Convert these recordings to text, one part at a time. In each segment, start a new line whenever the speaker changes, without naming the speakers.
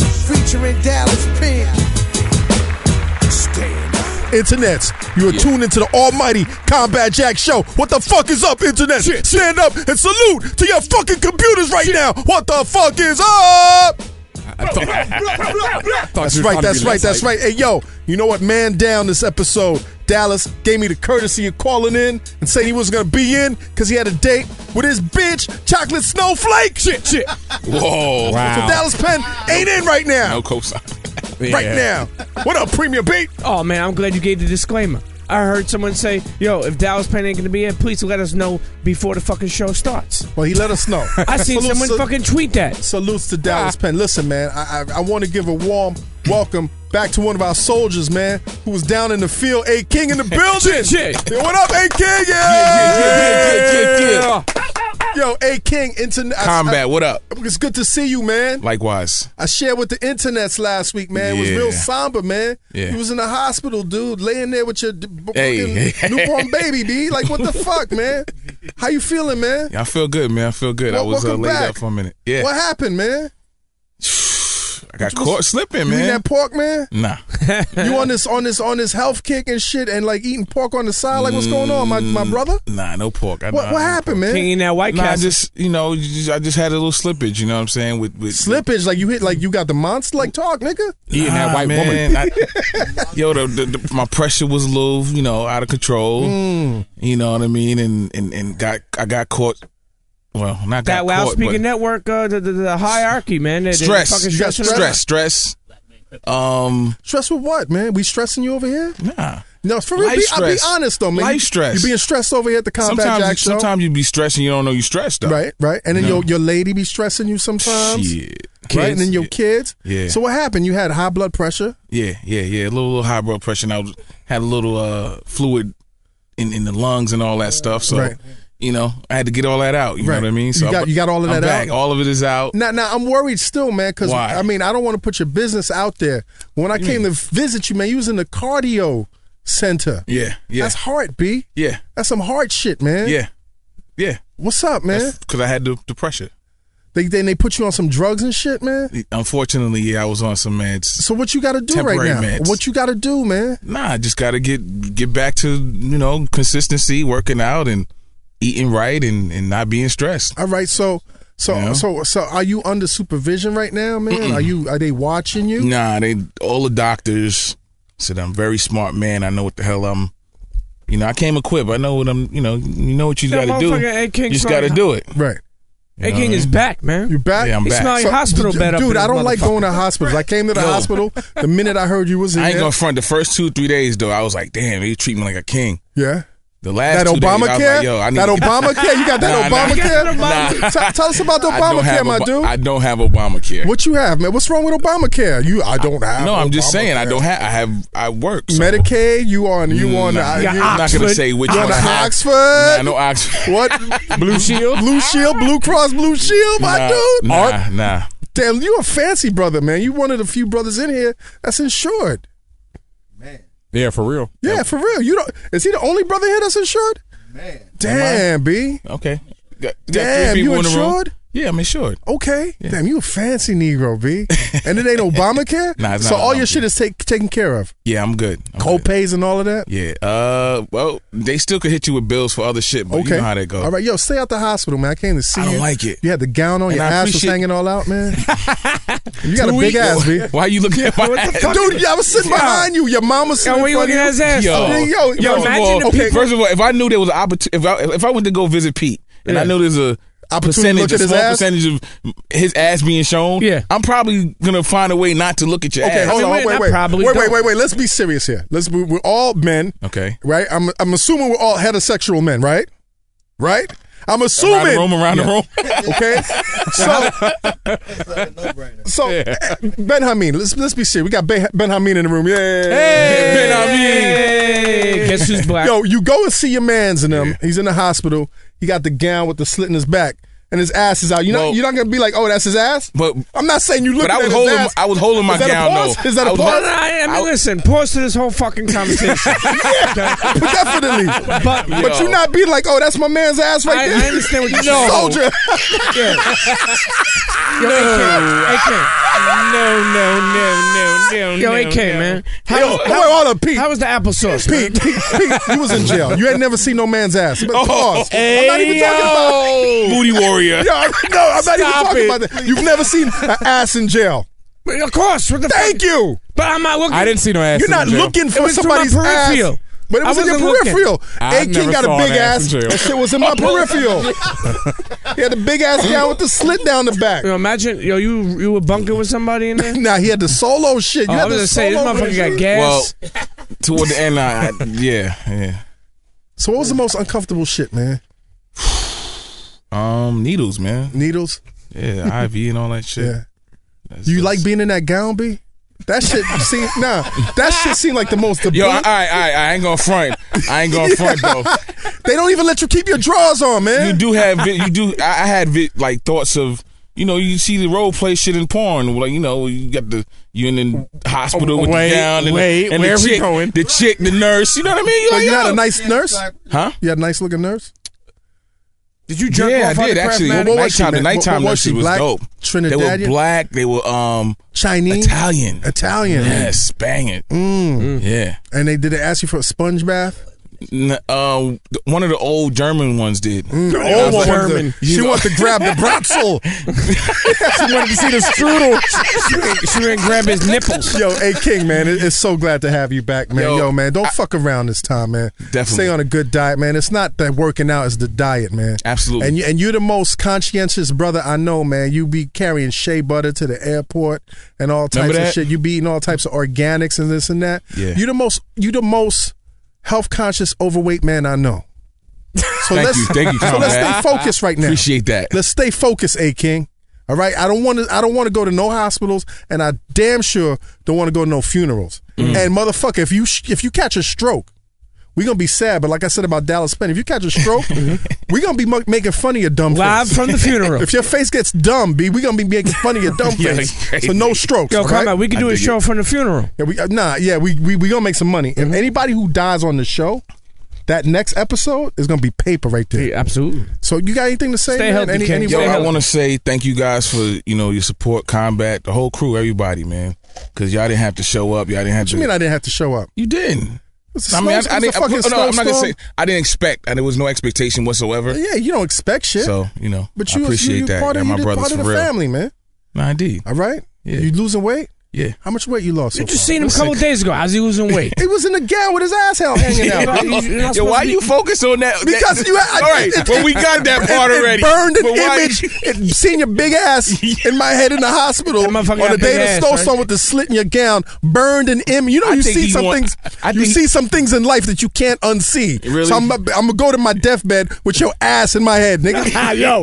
featuring Dallas Pimp. Stand up.
Internets, you are tuned into the almighty Combat Jack show. What the fuck is up, Internet? Stand up and salute to your fucking computers right now. What the fuck is up? That's right, that's right, that's right. Hey, yo, you know what? Man down this episode. Dallas gave me the courtesy of calling in and saying he wasn't going to be in because he had a date with his bitch, Chocolate Snowflake. Shit, shit.
Whoa.
So Dallas Penn ain't in right now.
No cosign.
Right now. What up, Premium Beat?
Oh man, I'm glad you gave the disclaimer. I heard someone say, "Yo, if Dallas Payne ain't gonna be here, please let us know before the fucking show starts."
Well, he let us know.
I seen
Salute-
someone
sal-
fucking tweet that.
Salutes to Dallas Penn. Listen, man, I, I, I want to give a warm welcome back to one of our soldiers, man, who was down in the field. A King in the building.
Shit, shit.
Yo, what up, A King? Yeah. Yo, A King, internet. I- I-
Combat, what up?
it's good to see you, man.
Likewise.
I shared with the internets last week, man. It was
Yeah.
real somber, man.
Yeah.
You was in the hospital, dude, laying there with your d- b-
Hey.
fucking newborn baby, B. Like, what the fuck, man? How you feeling, man?
I feel good, man. I feel good. I
Well,
was uh,
welcome
laid
back.
up for a minute. Yeah.
What happened, man?
I got caught slipping,
You eating
man.
that pork, man?
Nah.
You on this on this on this health kick and shit, and like eating pork on the side? Like, what's going on, my my brother?
Mm, Nah, no pork. I,
What
I-
what happened, man?
King in that White
Nah, I
Castle.
just, you know, you just- I just had a little slippage, you know what I'm saying? With, with
Slippage, like you hit, like you got the monster, like talk, nigga.
eating that white woman. yo, the, the, the, my pressure was a little, you know, out of control.
Mm.
You know what I mean? And and and got I got caught. Well,
that
not got caught,
loudspeaker
but
network, uh, the, the, the hierarchy, man. They, They
stress,
fucking
You got
stressing us
stress, stress. Um,
Stress with what, man? We stressing you over here?
nah.
No, for real.
Life
Be, I'll be
stress.
honest though, man.
Life
You-
stress.
You being stressed over here at the combat jack
Sometimes,
show.
sometimes you be stressing, you don't know you stressed though.
Right, right. And then
No.
your your lady be stressing you sometimes.
Shit.
Right, and then your kids.
Yeah.
So what happened? You had high blood pressure.
Yeah, yeah, yeah. A little, little high blood pressure. And I was, had a little uh, fluid in, in the lungs and all that stuff. So,
Right.
you know, I had to get all that out. You
Right.
know what I mean?
You
So
got-
I'm-
you got all of
I'm
that
back.
out?
All of it is out.
Now, now I'm worried still, man, because
Why?
I mean I don't want to put your business out there. When I came to visit you, man, you was in the cardio center.
Yeah, yeah,
That's hard, B.
yeah,
That's some hard shit, man.
yeah, yeah.
What's up, man?
Because I had the, the pressure.
they then they put you on some drugs and shit, man.
Unfortunately, yeah, I was on some meds.
So what you got to do right
Temporary
now?
meds.
What you got to do, man?
Nah, I just got to get get back to you know consistency, working out, and eating right, and and not being stressed.
All right, so so
Yeah.
so so are you under supervision right now, man? Are you are they watching you?
Nah, they all the doctors said I'm a very smart man. I know what the hell I'm. You know, I came equipped. I know what I'm. You know, you know what you
That
got to do.
motherfucker Ed King
You just
smart.
got to do it.
Right.
Hey, King is back, man.
You back?
Yeah, I'm
He
back.
smell like hospital
d-
bed up in
Dude,
this
I don't like
motherfucker.
going to hospitals. I came to the
Yo.
hospital the minute I heard you was in
I ain't
there.
gonna front. The first two three days though, I was like, damn, they treat me like a king.
yeah.
The last
That
two days, I was like,
Obamacare?
yo, I need
that
to get-
Obamacare? You got that
Nah, nah.
Obamacare?
Nah.
T- tell us about the
I don't
Obamacare,
have
my
Oba-
dude.
I don't have Obamacare.
what you have, man? What's wrong with Obamacare? You, I don't have.
No, I'm just saying I
Obamacare.
don't have. I have. I work. So
Medicaid. You on? You on?
Mm, Nah,
the,
Yeah,
you,
I'm not gonna
Oxford.
say which
you on
one.
the
I have.
Oxford?
Nah, no Oxford.
What?
Blue Shield.
Blue Shield, Blue Cross, Blue Shield, my
Nah,
dude.
Nah,
Art,
nah.
damn, you a fancy brother, man. You one of the few brothers in here that's insured.
Yeah, for real.
Yeah, for real. You don't. Is he the only brother here that's insured? Man, damn, b.
Okay. Got, got
Damn,
three
you
people in the room.
insured?
Yeah, I'm insured.
Okay, damn, you a fancy Negro, b. And it ain't Obamacare.
Nah, it's
so
not
all your
Obamacare. Oh,
shit is take, taken care of.
Yeah, I'm good. I'm good.
Co-pays and all of that.
Yeah. Uh. Well, they still could hit you with bills for other shit, but
Okay,
you know how that goes.
All right, yo, stay out the hospital, man. I came to see
I don't
you.
like it.
You had the gown on,
And
your
I
ass was
appreciate-
hanging all out, man. you got a big ass, b.
Why you looking at my ass?
Dude, I was sitting behind you. Your mom was
Yo,
sitting
what
in
you
front of
looking at
you.
his ass? Oh,
Yo,
for?
Yo, yo,
first of
imagine
all-
the
okay,
people-
First of all, if I knew there was opportunity, if I, if I went to go visit Pete, and I
Yeah.
know there's a
Opportunity to look
percentage, a
at his
small
ass?
percentage of his ass being shown,
Yeah.
I'm probably gonna find a way not to look at your
Okay,
ass.
hold
I mean,
on,
we're
wait,
not
wait,
probably
wait, wait,
don't.
wait, wait. Let's be serious here. Let's be, we're all men,
Okay.
right? I'm I'm assuming we're all heterosexual men, right? Right? I'm assuming.
Around the room, around the room.
Okay, so so Ben Hameen, let's let's be serious. We got ben, ben Hameen in the room. Yeah,
Ben Amin.
Hey, guess who's black?
Yo, you go and see your man's in them. He's in the hospital. He got the gown with the slit in his back. and his ass is out. You're
Well-
not you're not gonna be like, oh, that's his ass.
But-
I'm not saying you look.
But I was
his
holding,
ass.
I was holding my
Is that a
gown
pause?
though.
Is that a
I was
pause?
No,
holding-
no, I, I mean, listen. Pause to this whole fucking conversation. Okay?
But definitely.
But
But you not be like, oh, that's my man's ass right
I,
there.
I understand what you
No. Soldier.
Yeah. Yo, AK, AK.
No, no, no, no, no.
Yo,
no,
AK,
no.
man. How,
Yo,
was,
how, hold up, Pete.
how was the applesauce? man?
Pete, Pete, Pete, you was in jail. You ain't never seen no man's ass.
Oh,
Oh,
But pause. I'm not even talking about.
booty warrior.
Yo, I'm- no, I'm not even
Stop
talking
it.
about that. You've never seen an ass in jail.
But Of course. What the
Thank
fuck?
you.
But I'm not looking.
I didn't see no ass.
You're
in
not
jail.
looking for
was to my
somebody's ass.
peripheral.
But it
I
was in your
wasn't looking.
peripheral.
I
A King
never
got a
saw
big
an ass
ass.
in jail.
That shit was in my peripheral. he had the big ass down with the slit down the back.
You know, imagine, yo, you you were bunking with somebody in there. Oh,
Nah, he had the solo shit. You
I
had
was
the
gonna say this
solo
motherfucker
version.
got gas.
Well, toward the end, I, I yeah, yeah.
So what was the most uncomfortable shit, man?
Um, needles, man.
Needles.
Yeah, IV and all that shit.
Yeah. You like being in that gown, B? That shit seemed nah. That shit seemed like the most.
Yo, all right, all right, I ain't gonna front. I ain't gonna front though.
they don't even let you keep your drawers on,
You
man.
do have, vi- you do. I, I had vi- like thoughts of, you know, you see the role play shit in porn. Like, you know, you got the you in the hospital with
Wait,
the gown and,
wait,
the, and
where
the
we
chick,
going?
the chick, the nurse. You know what I mean? You
So
like,
you had
yo.
a nice nurse.
huh?
You had a nice looking nurse.
did you jerk
yeah,
off
I
on
did
the craft
actually.
mat?
What was she,
nighttime, the
man?
nighttime
What was
nurse
she,
was
black,
dope. They were
Trinidadian?
black. They were um
Chinese,
Italian.
Italian, Mm.
Yes, bang it. Yeah.
and they did they ask you for a sponge bath?
N- uh, one of the old German ones did.
The Mm. old
I was
one
like,
wanted to-
German.
she wanted to grab the bratzel. she wanted to see the strudel.
She didn't grab his nipples.
Yo, A King, man, it- it's so glad to have you back, man. Yo,
Yo,
man, don't fuck around this time, man.
Definitely.
Stay on a good diet, man. It's not that working out, it's the diet, man.
Absolutely.
And, you, and you're the most conscientious brother I know, man. You be carrying shea butter to the airport and all types
Remember
of
that?
shit. You be eating all types of organics and this and that.
Yeah.
You're the most, you the most health conscious, overweight man I know. So
Thank you, thank you,
So let's stay
comrade.
focused right now.
Appreciate that.
Let's stay focused, A King. All right. I don't want to. I don't want to go to no hospitals, and I damn sure don't want to go to no funerals.
Mm.
And motherfucker, if you sh- if you catch a stroke, we gonna be sad. But like I said about Dallas Penn, if you catch a stroke,
Mm-hmm.
we gonna be mu- making fun of your dumb
Live
face.
from the funeral.
If your face gets dumb, B, we gonna be making fun of your dumb
Yeah,
face.
crazy.
So no strokes.
Yo,
all
come
right?
on, we can
I
do a
dig
show from the funeral.
Yeah, we, uh, nah, yeah, we we we gonna make some money.
Mm-hmm.
If anybody who dies on the show, that next episode is gonna be paper right there.
absolutely.
So you got anything to say?
Stay
man?
healthy, King.
Yo,
Stay
I
healthy.
want to say thank you guys for you know your support, combat, the whole crew, everybody, man. Because y'all didn't have to show up. Y'all didn't have
What
to.
you mean I didn't have to show up?
you didn't.
It's a
I
snow-
mean,
it's
I, I
a
didn't. I,
fucking
no, no, I'm not gonna
snowstorm.
say I didn't expect. and there was no expectation whatsoever.
Yeah, you don't expect shit.
So you know,
but you,
I appreciate
you, you
that.
part of,
and my
you
brothers
part
for
of the
real.
family, man.
Nah, indeed.
All right?
Yeah.
You losing weight?
Yeah.
How much weight you lost?
You
so
just
far?
seen him a couple days ago. How's he losing weight?
He was in the gown with his ass held hanging out.
Yeah.
baby.
You're not
Yo,
supposed
why
to be-
you focus on that?
Because
that,
you had-
all right,
it-
well, we got that part
it,
already.
It burned an
But why-
image. It, seeing your big ass in my head in the hospital
That
on the
motherfucker got
day
big
of the
ass,
snowstorm
right?
with the slit in your gown. Burned an image. You know,
I
you
think
see
he
some
want-
things.
I
you
think-
see some things in life that you can't unsee.
Really?
So I'm, I'm gonna go to my deathbed with your ass in my head, nigga.
Ah, yo,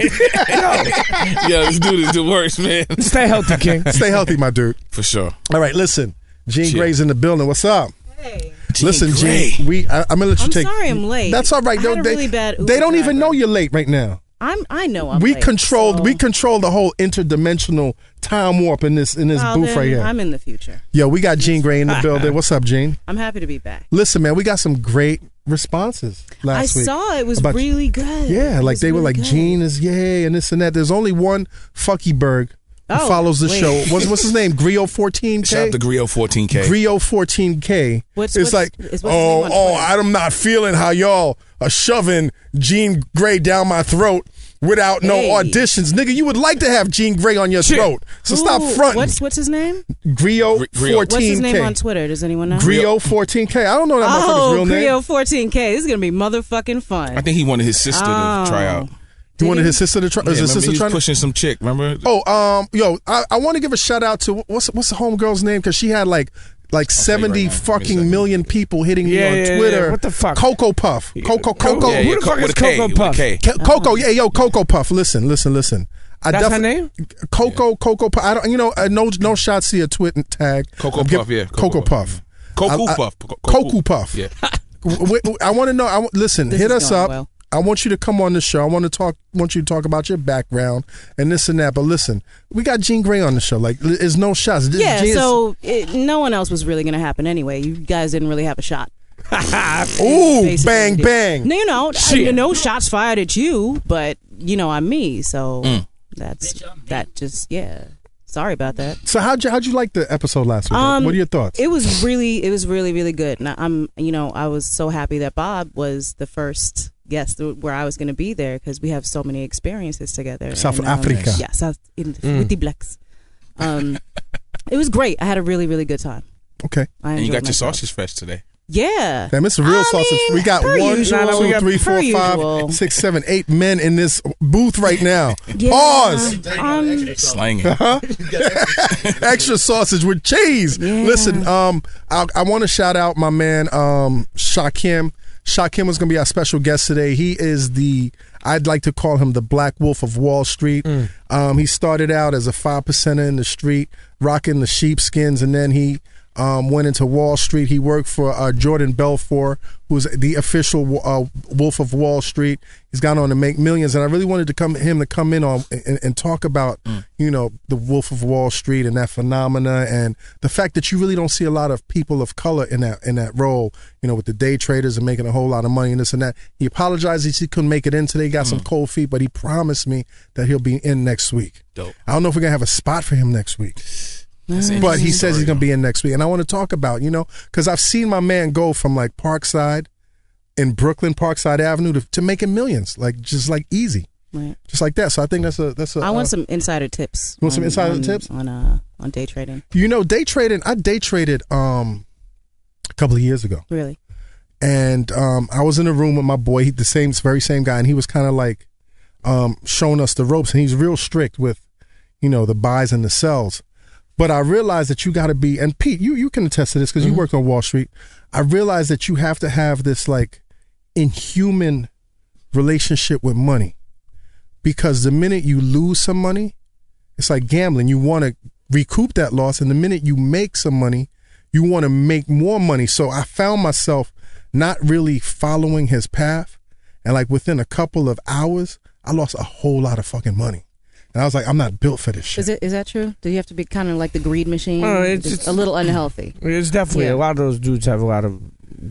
yeah, this dude is the worst, man.
stay healthy, King.
Stay healthy, my dude.
For sure.
All right, listen. Gene
Shit.
Gray's in the building. What's up?
Hey,
listen,
Gray.
Gene, we I, am gonna let you
I'm
take.
sorry I'm late.
That's all right.
I
though.
had a
they
really bad Uber
they don't even
driver.
know you're late right now.
I'm. I know I'm.
we
late,
controlled.
so-
We control the whole interdimensional time warp in this in this
Well,
booth
then
right here.
I'm in the future.
Yo, we got Gene Gray in the building. What's up, Gene?
I'm happy to be back.
Listen, man, we got some great responses last
I
week.
saw it was
about-
really good.
Yeah,
It
like
was
they were
really
like
good.
Gene is yay and this and that. There's only one Fuckyberg who
Oh,
follows the
wait.
show. What's what's his name? Grio 14K.
Shout out to Grio 14K.
Grio 14K.
What's-
it's
what's-
like,
is what's his
oh,
name on
oh,
Twitter?"
I'm not feeling how y'all are shoving Gene Gray down my throat without no
Hey.
auditions. Nigga, you would like to have Gene Gray on your throat. So
Who-
stop fronting.
What's What's his name?
Grio
Gr- Grio.
14K.
What's his name on Twitter? Does anyone know?
Grio 14K. I don't know that motherfucker's
Oh,
real name.
Grio 14K. This is gonna be motherfucking fun.
I think he wanted his sister
Oh.
to try out.
You wanted his sister to try?
Yeah,
is his
remember
sister
he
trying?
was
to-
pushing some chick. Remember?
Oh, um, yo, I, I want to give a shout out to what's what's the homegirl's name because she had like like seventy
now. Give me a
fucking
second.
million people hitting
Yeah,
me on
yeah,
Twitter.
yeah. What the fuck?
Coco Puff, Coco, Coco,
yeah,
who
yeah,
the
co-
fuck is
with a K,
Coco
with a
Puff?
K.
K-
Oh.
Coco, yeah, yo, Coco Puff. Listen, listen, listen. I
That's her
defi-
name?
Coco, Coco Puff. I don't, you know, uh, no, no shots see a twit and tag.
Coco
I'm
Puff, yeah,
Coco,
Coco
Puff.
Coco
I- I-
Puff.
Coco Puff.
Yeah.
W- w- I want to know. I w- listen,
This
hit
is
us
going
up.
well.
I want you to come on the show. I want to talk. Want you to talk about your background and this and that. But listen, we got Gene Gray on the show. Like, l- there's no shots. This
Yeah,
Gene is-
so it, no one else was really going to happen anyway. You guys didn't really have a shot.
ooh,
basically
bang,
did.
bang.
No, you know, I-
Shit.
no shots fired at you, but you know, I'm me, so that's that. Just yeah, sorry about that.
So how'd you how'd you like the episode last week?
Um,
what are your thoughts?
It was really, it was really, really good. And I'm, you know, I was so happy that Bob was the first guest th- where I was going to be there because we have so many experiences together.
South
And, um,
Africa. Mm.
yeah, South in, with the blacks. Um, it was great. I had a really, really good time.
okay,
I
And you got your
enjoyed myself.
sausage fresh today.
Yeah.
damn, it's a real
I
sausage.
mean,
we got
per
one, two,
usual.
we got-
three, four,
per
five,
usual.
six, seven, eight men in this booth right now.
Yeah.
Pause.
Um,
Slanging.
extra sausage with cheese.
Yeah.
Listen, um, I, I want to shout out my man, um, Shakim. Shakim was going to be our special guest today. He is the, I'd like to call him the Black Wolf of Wall Street. Um, he started out as a five percenter in the street, rocking the sheepskins, and then he um, went into Wall Street. He worked for uh, Jordan Belfort, who's the official uh, Wolf of Wall Street. He's gone on to make millions, and I really wanted to come him to come in on and, and talk about you know the Wolf of Wall Street and that phenomena, and the fact that you really don't see a lot of people of color in that in that role. You know, with the day traders and making a whole lot of money and this and that. He apologized that he couldn't make it in today. Got some cold feet, but he promised me that he'll be in next week.
Dope.
I don't know if we're gonna have a spot for him next week Mm. but he says he's going to be in next week. And I want to talk about, you know, because I've seen my man go from like Parkside in Brooklyn, Parkside Avenue to, to making millions, like just like easy,
right.
just like that. So I think that's a, that's a,
I want
uh,
some insider tips.
want some
on-
insider
on-
tips?
on uh on day trading?
you know, day trading. I day traded, um, a couple of years ago.
Really?
and um, I was in a room with my boy, he, the same very same guy, and he was kind of like um, showing us the ropes, and he's real strict with you know the buys and the sells. But I realized that you got to be, and Pete, you you can attest to this because you worked on Wall Street. I realized that you have to have this like inhuman relationship with money, because the minute you lose some money, it's like gambling. You want to recoup that loss, and the minute you make some money, you want to make more money. So I found myself not really following his path, and like within a couple of hours, I lost a whole lot of fucking money, and I was like, I'm not built for this shit.
Is it is that true? Do you have to be kind of like the greed machine?
Oh, it's-
Just
it's-
a little unhealthy.
It's definitely
Yeah.
a lot of those dudes have a lot of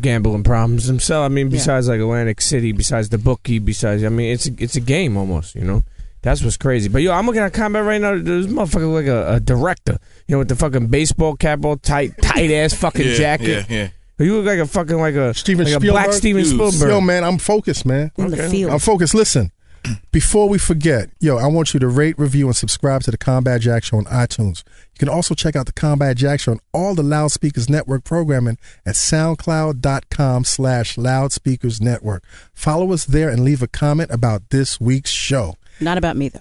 gambling problems themselves. I mean,
Yeah.
besides like Atlantic City, besides the bookie, besides I mean, it's a, it's a game almost. You know, that's what's crazy. But yo, I'm looking at combat right now. This motherfucker look like a, a director. You know, with the fucking baseball cap all tight, tight ass fucking
yeah,
jacket.
Yeah, yeah.
You look like a fucking like a
Steven
like a
Spielberg?
black Steven
Dude.
Spielberg.
Yo, man, I'm focused, man.
In the field.
I'm focused. Listen, before we forget, yo, I want you to rate, review, and subscribe to the Combat Jack Show on iTunes. You can also check out the Combat Jack Show on all the Loudspeakers Network programming at soundcloud.com slash loudspeakers network. Follow us there and leave a comment about this week's show.
Not about me though.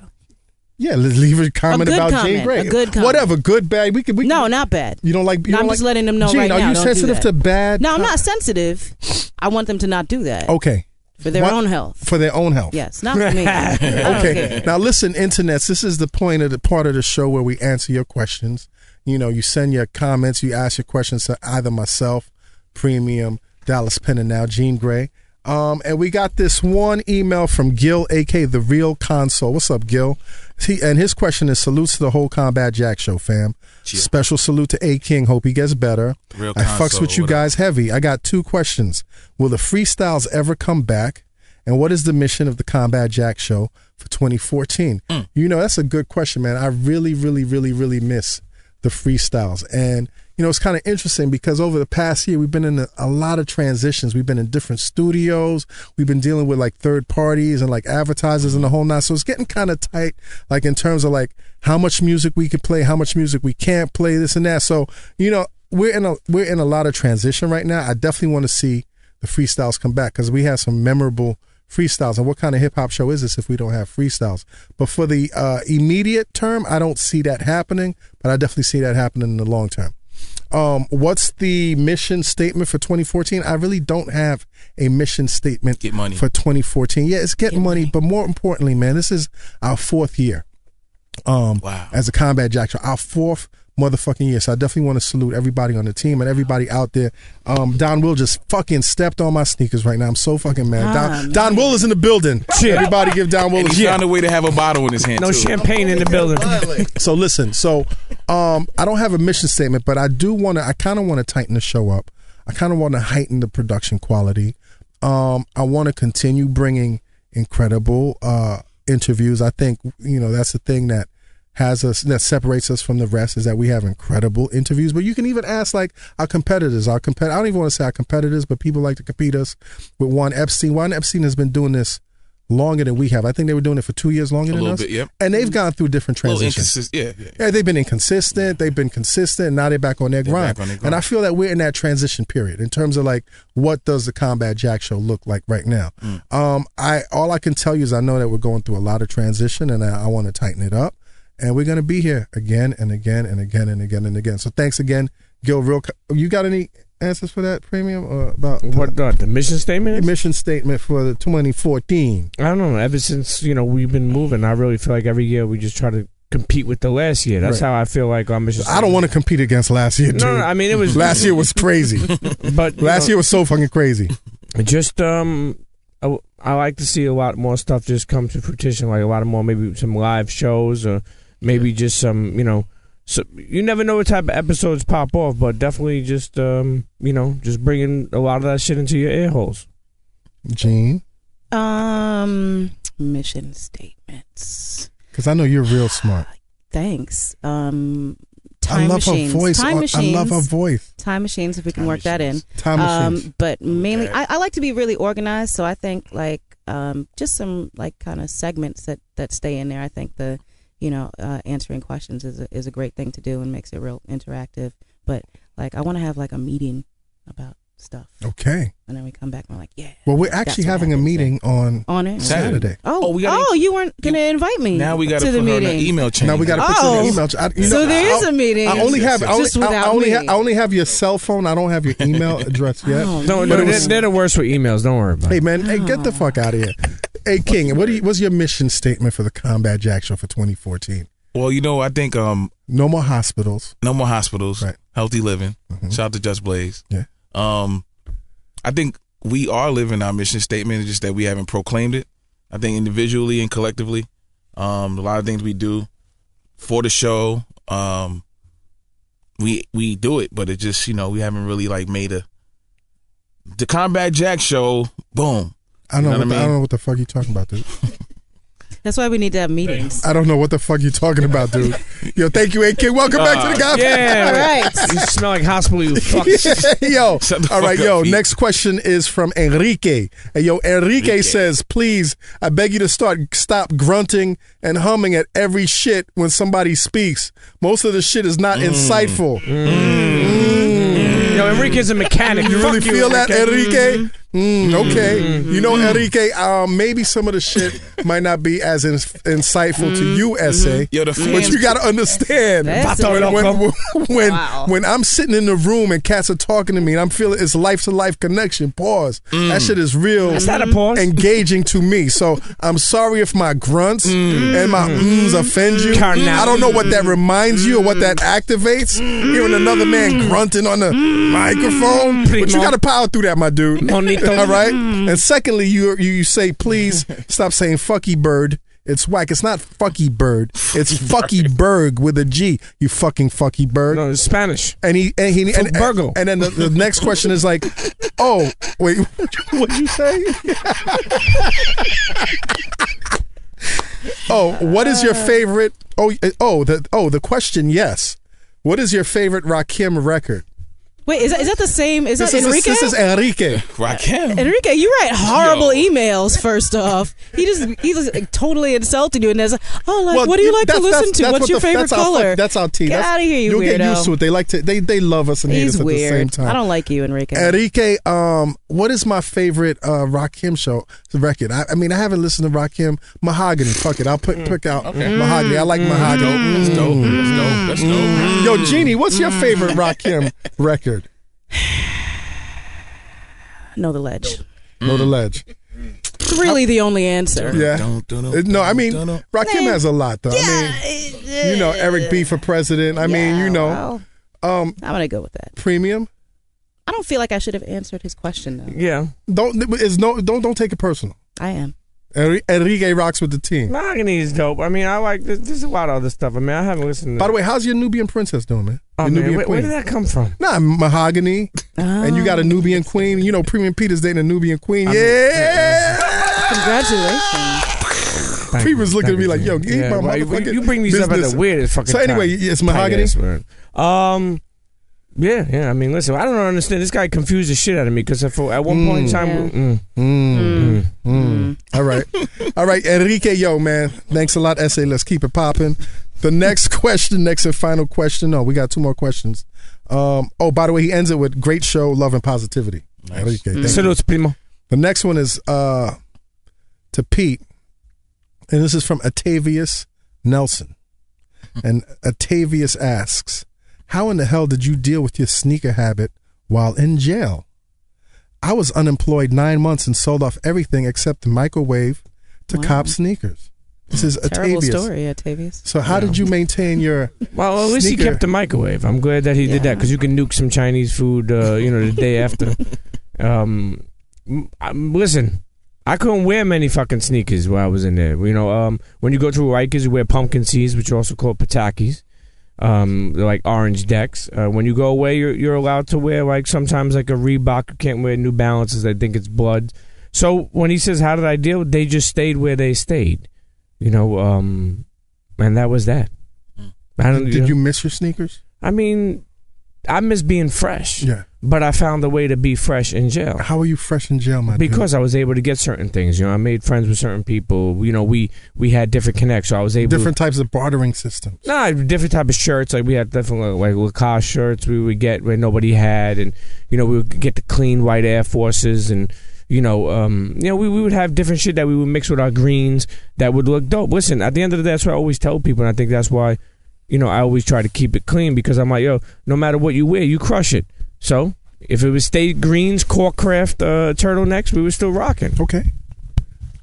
Yeah, le- leave a comment
good
about Jane
comment,
Gray.
a good comment.
Whatever, good, bad. We could. We
No,
could-
not bad.
You don't like. You
No,
don't
I'm
like,
just letting them know
Gene,
right
are
now,
you
don't do
sensitive
that.
to bad?
No, I'm
com-
not sensitive. I want them to not do that
Okay,
for their
Oh, what-
own health.
for their own health.
Yes, not for me. I don't
okay.
care.
Now listen, internets. This is the point of the part of the show where we answer your questions. You know, you send your comments, you ask your questions to either myself, Premium, Dallas Penn, and now Gene Gray. Um, and we got this one email from Gil, aka the Real Console. What's up, Gil? He, and his question is: Salutes to the whole Combat Jack Show fam.
Chill.
Special salute to A King. Hope he gets better.
Real
I fucks
Console,
with you
what up?
guys heavy. I got two questions. Will the freestyles ever come back? And what is the mission of the Combat Jack Show for 2014?
Mm.
You know, that's a good question, man. I really, really, really, really miss the freestyles. And, you know, it's kind of interesting because over the past year, we've been in a, a lot of transitions. We've been in different studios. We've been dealing with like third parties and like advertisers and the whole nine. So it's getting kind of tight, like in terms of like how much music we can play, how much music we can't play, this and that. So, you know, we're in a we're in a lot of transition right now. I definitely want to see the freestyles come back because we have some memorable freestyles. And what kind of hip hop show is this if we don't have freestyles? But for the uh, immediate term, I don't see that happening. But I definitely see that happening in the long term. Um, what's the mission statement for 2014? I really don't have a mission statement
Get money.
for 2014. Yeah, it's get, money, but more importantly, man, this is our fourth year um,
Wow.
as a combat jack show. Our fourth motherfucking year. So I definitely want to salute everybody on the team and everybody out there. Um, Don Will just fucking stepped on my sneakers right now. I'm so fucking mad. Don,
Ah,
Don Will is in the building.
Yeah.
Everybody give Don Will a
And he found a way to have a bottle in his hand.
No
too.
champagne in the building.
So listen, so um, I don't have a mission statement, but I do want to. I kind of want to tighten the show up. I kind of want to heighten the production quality. Um, I want to continue bringing incredible uh, interviews. I think you know that's the thing that has us that separates us from the rest is that we have incredible interviews. But you can even ask like our competitors. Our compet. I don't even want to say our competitors, but people like to compete us with Juan Epstein. Juan Epstein has been doing this longer than we have. I think they were doing it for two years longer
A
than
little
us.
bit, yep.
And they've gone through different
A little inconsist-
transitions.
Yeah, yeah.
Yeah, they've been inconsistent. They've been consistent. Now they're back on their grind.
back on their grind.
And I feel that we're in that transition period in terms of like what does the Combat Jack show look like right now.
Mm.
Um, I all I can tell you is I know that we're going through a lot of transition, and I, I want to tighten it up. And we're gonna be here again and again and again and again and again. So thanks again, Gil. Real, you got any answers for that premium or about the
What uh, the mission statement? is?
mission statement for the 2014?
I don't know. Ever since you know we've been moving, I really feel like every year we just try to compete with the last year. That's
Right.
how I feel like our mission.
I don't want to compete against last year, dude.
No, no, I mean it was
last year was crazy.
but
last year was so fucking crazy.
year just um. I, w- I like to see a lot more stuff just come to fruition, like a lot of more maybe some live shows or maybe just some you know, so you never know what type of episodes pop off, but definitely just um you know just bringing a lot of that shit into your ear holes.
Gene.
Um, mission statements.
Because I know you're real smart.
Thanks. Um, time
I love
machines.
her voice.
Time
on- I
machines.
love her voice.
Time machines. If we can
Time
work that in.
machines.
Time machines.
Um, but mainly,
Okay.
I, I like to be really organized. So I think like um, just some like kind of segments that that stay in there. I think the you know uh, answering questions is a, is a great thing to do and makes it real interactive. But like I want to have like a meeting about stuff,
okay.
and then we come back and we're like, yeah,
Well, we're actually
what
having a
happens
meeting on
on it.
Saturday.
Saturday.
Oh,
Oh,
oh,
we gotta-
you weren't gonna invite me.
Now we got
to
to
the
put her on
meeting.
an email chain.
Now we got to put you in
Oh.
the email. ch- I, you
so
know,
there is
I-
a meeting.
I only have I only,
Just
I- I,
without
only
me.
ha- I only have your cell phone. I don't have your email address yet.
No,
Oh, man.
no,
it
they're,
was-
they're the worst with emails. Don't worry about
Hey
it.
man, hey, get the fuck out of here. Hey King, what do you, what's your mission statement for the Combat Jack Show for 2014?
Well, you know, I think um,
No more hospitals.
no more hospitals,
Right. Mm-hmm.
healthy living. Shout out to Just Blaze.
Yeah.
Um, I think we are living our mission statement. It's just that we haven't proclaimed it. I think individually and collectively, um, a lot of things we do for the show, um, we we do it, but it just you know we haven't really like made a the Combat Jack show. Boom.
I don't know.
You know what I
what the- I don't
mean?
know what the fuck you talking about, dude.
That's why we need to have meetings.
I don't know what the fuck you talking about, dude. Yo, thank you, A King. Welcome back to the Combat.
Yeah,
All right.
You smell like hospital, you fuck.
yo,
Shut the
all
fuck
right,
up,
yo.
Pete.
Next question is from Enrique. Hey, yo, Enrique,
Enrique.
says, please, I beg you to start stop grunting and humming at every shit when somebody speaks. Most of the shit is not
Mm.
insightful.
Yo, Enrique's a mechanic.
You
Fuck
really
you,
feel that,
Enrique.
Enrique? Mm, okay, you know, Enrique. Um, maybe some of the shit might not be as in- insightful to you, essay.
Yo, the fans.
But you gotta understand
That's a-
when when, when,
Wow.
when I'm sitting in the room and cats are talking to me and I'm feeling it's life to life connection. Pause. That shit is real.
Is that a pause?
Engaging to me. So I'm sorry if my grunts
Mm.
and my mms offend you.
Carnal.
I don't know what
Mm.
that reminds you or what that activates. Hearing another man grunting on the microphone, but you
Mm. Primo. Mm.
gotta power through that, my dude.
Monito.
All right. And secondly, you you, you say please stop saying fucky bird. It's whack. It's not fucky bird. It's fucky berg with a G. You fucking fucky bird.
No, it's Spanish.
And he and he and,
Virgo.
and then the, the next question is like, oh wait, what you say? oh, what is your favorite? Oh, uh, oh, the oh the question. Yes, what is your favorite Rakim record?
Wait, is that, is that the same? Is
This
that
is
Enrique?
this is Enrique.
Rakim.
Enrique, you write horrible
Yo.
emails. First off, he just he just like, totally insulted you, and there's like, oh, like
Well,
what do you like to
that's-
listen
that's-
to?
that's
What's
what
your
the-
favorite
that's our
color?
fuck- that's our tea.
Get
That's-
out of here, you
You'll
weirdo.
get used to it. They like to. They they love us and hate us
He's
at the same
weird.
time.
I don't like you, Enrique.
Enrique, um, what is my favorite uh, Rakim show record? I, I mean, I haven't listened to Rakim Mahogany. Fuck it, I'll put pick out Mahogany. I like Mahogany. Mm.
That's Mm. dope. Mm. That's
Mm-hmm.
dope. That's dope.
Yo, Jeannie, what's your favorite Rakim record?
no, the ledge.
No, the ledge.
That's really the only answer.
Yeah.
Don't, don't,
Uh,
don't,
No, I mean,
don't, don't.
Rakim has a lot though. I mean, you know, Eric B for president. I mean, you know,
Oh, well,
um,
I'm gonna go with that.
premium.
I don't feel like I should have answered his question though.
Yeah.
Don't is no. Don't don't take it personal.
I am.
Enri- Enrique rocks with the team.
Mahogany is dope. I mean, I like this. There's a lot of other stuff. I mean, I haven't listened to.
By the way, how's your Nubian princess doing, man?
Oh,
your
man,
Nubian
where, where
queen.
did that come from?
Nah, mahogany, and you got a Nubian queen. You know, Premium Peter's dating a Nubian queen. yeah.
Congratulaulations.
Thank
He was
you,
looking at
thank
me
you,
like,
thank
yo, eat my
well, you-
motherfucking
You bring these up at
business.
the weirdest fucking
So anyway,
time.
it's mahogany.
Tight-ass word. Um, yeah, yeah. I mean, listen, I don't understand. This guy confused the shit out of me because at one point in time,
Yeah.
Mm,
mm,
mm. All right. All right, Enrique, yo, man. Thanks a lot, Essay. Let's keep it popping. The next question, next and final question. No, we got two more questions. Um, oh, by the way, he ends it with great show, love, and positivity. Enrique,
Mm.
thank you.
Salutes, primo.
The next one is uh, to Pete, and this is from Atavius Nelson.
Hmm.
And Atavius asks, How in the hell did you deal with your sneaker habit while in jail? I was unemployed nine months and sold off everything except the microwave to
Wow.
cop sneakers. This is
Terrible
Atavius.
story, Atavius.
So, how did you maintain your.
Well, at least he
Sneaker.
kept the microwave. I'm glad that he did
Yeah.
that because you can nuke some Chinese food, uh, you know, the day after. Um, m- um, listen, I couldn't wear many fucking sneakers while I was in there. You know, um, when you go to Rikers, you wear pumpkin seeds, which are also called patakis. Um, they're like orange decks. Uh, when you go away, you're you're allowed to wear like sometimes like a Reebok. You can't wear New Balances. I think it's blood. So when he says, "How did I deal?" They just stayed where they stayed. You know, um, and that was that. I don't.
Mm. Did
know.
you miss your sneakers?
I mean, I miss being fresh,
Yeah.
but I found a way to be fresh in jail
How are you fresh in jail, my dude?
because I was able to get certain things. You know, I made friends with certain people. You know, we we had different connections. So I was able
Different types of bartering systems.
no, different type of shirts. Like we had different like Lacoste shirts we would get where nobody had, and you know we would get the clean white Air Forces, and you know, um, you know we, we would have different shit that we would mix with our greens that would look dope. Listen, at the end of the day, that's what I always tell people, and I think that's why, you know, I always try to keep it clean because I'm like, yo, no matter what you wear, you crush it. So if it was state greens, Corkcraft uh, turtlenecks, we were still rocking.
Okay.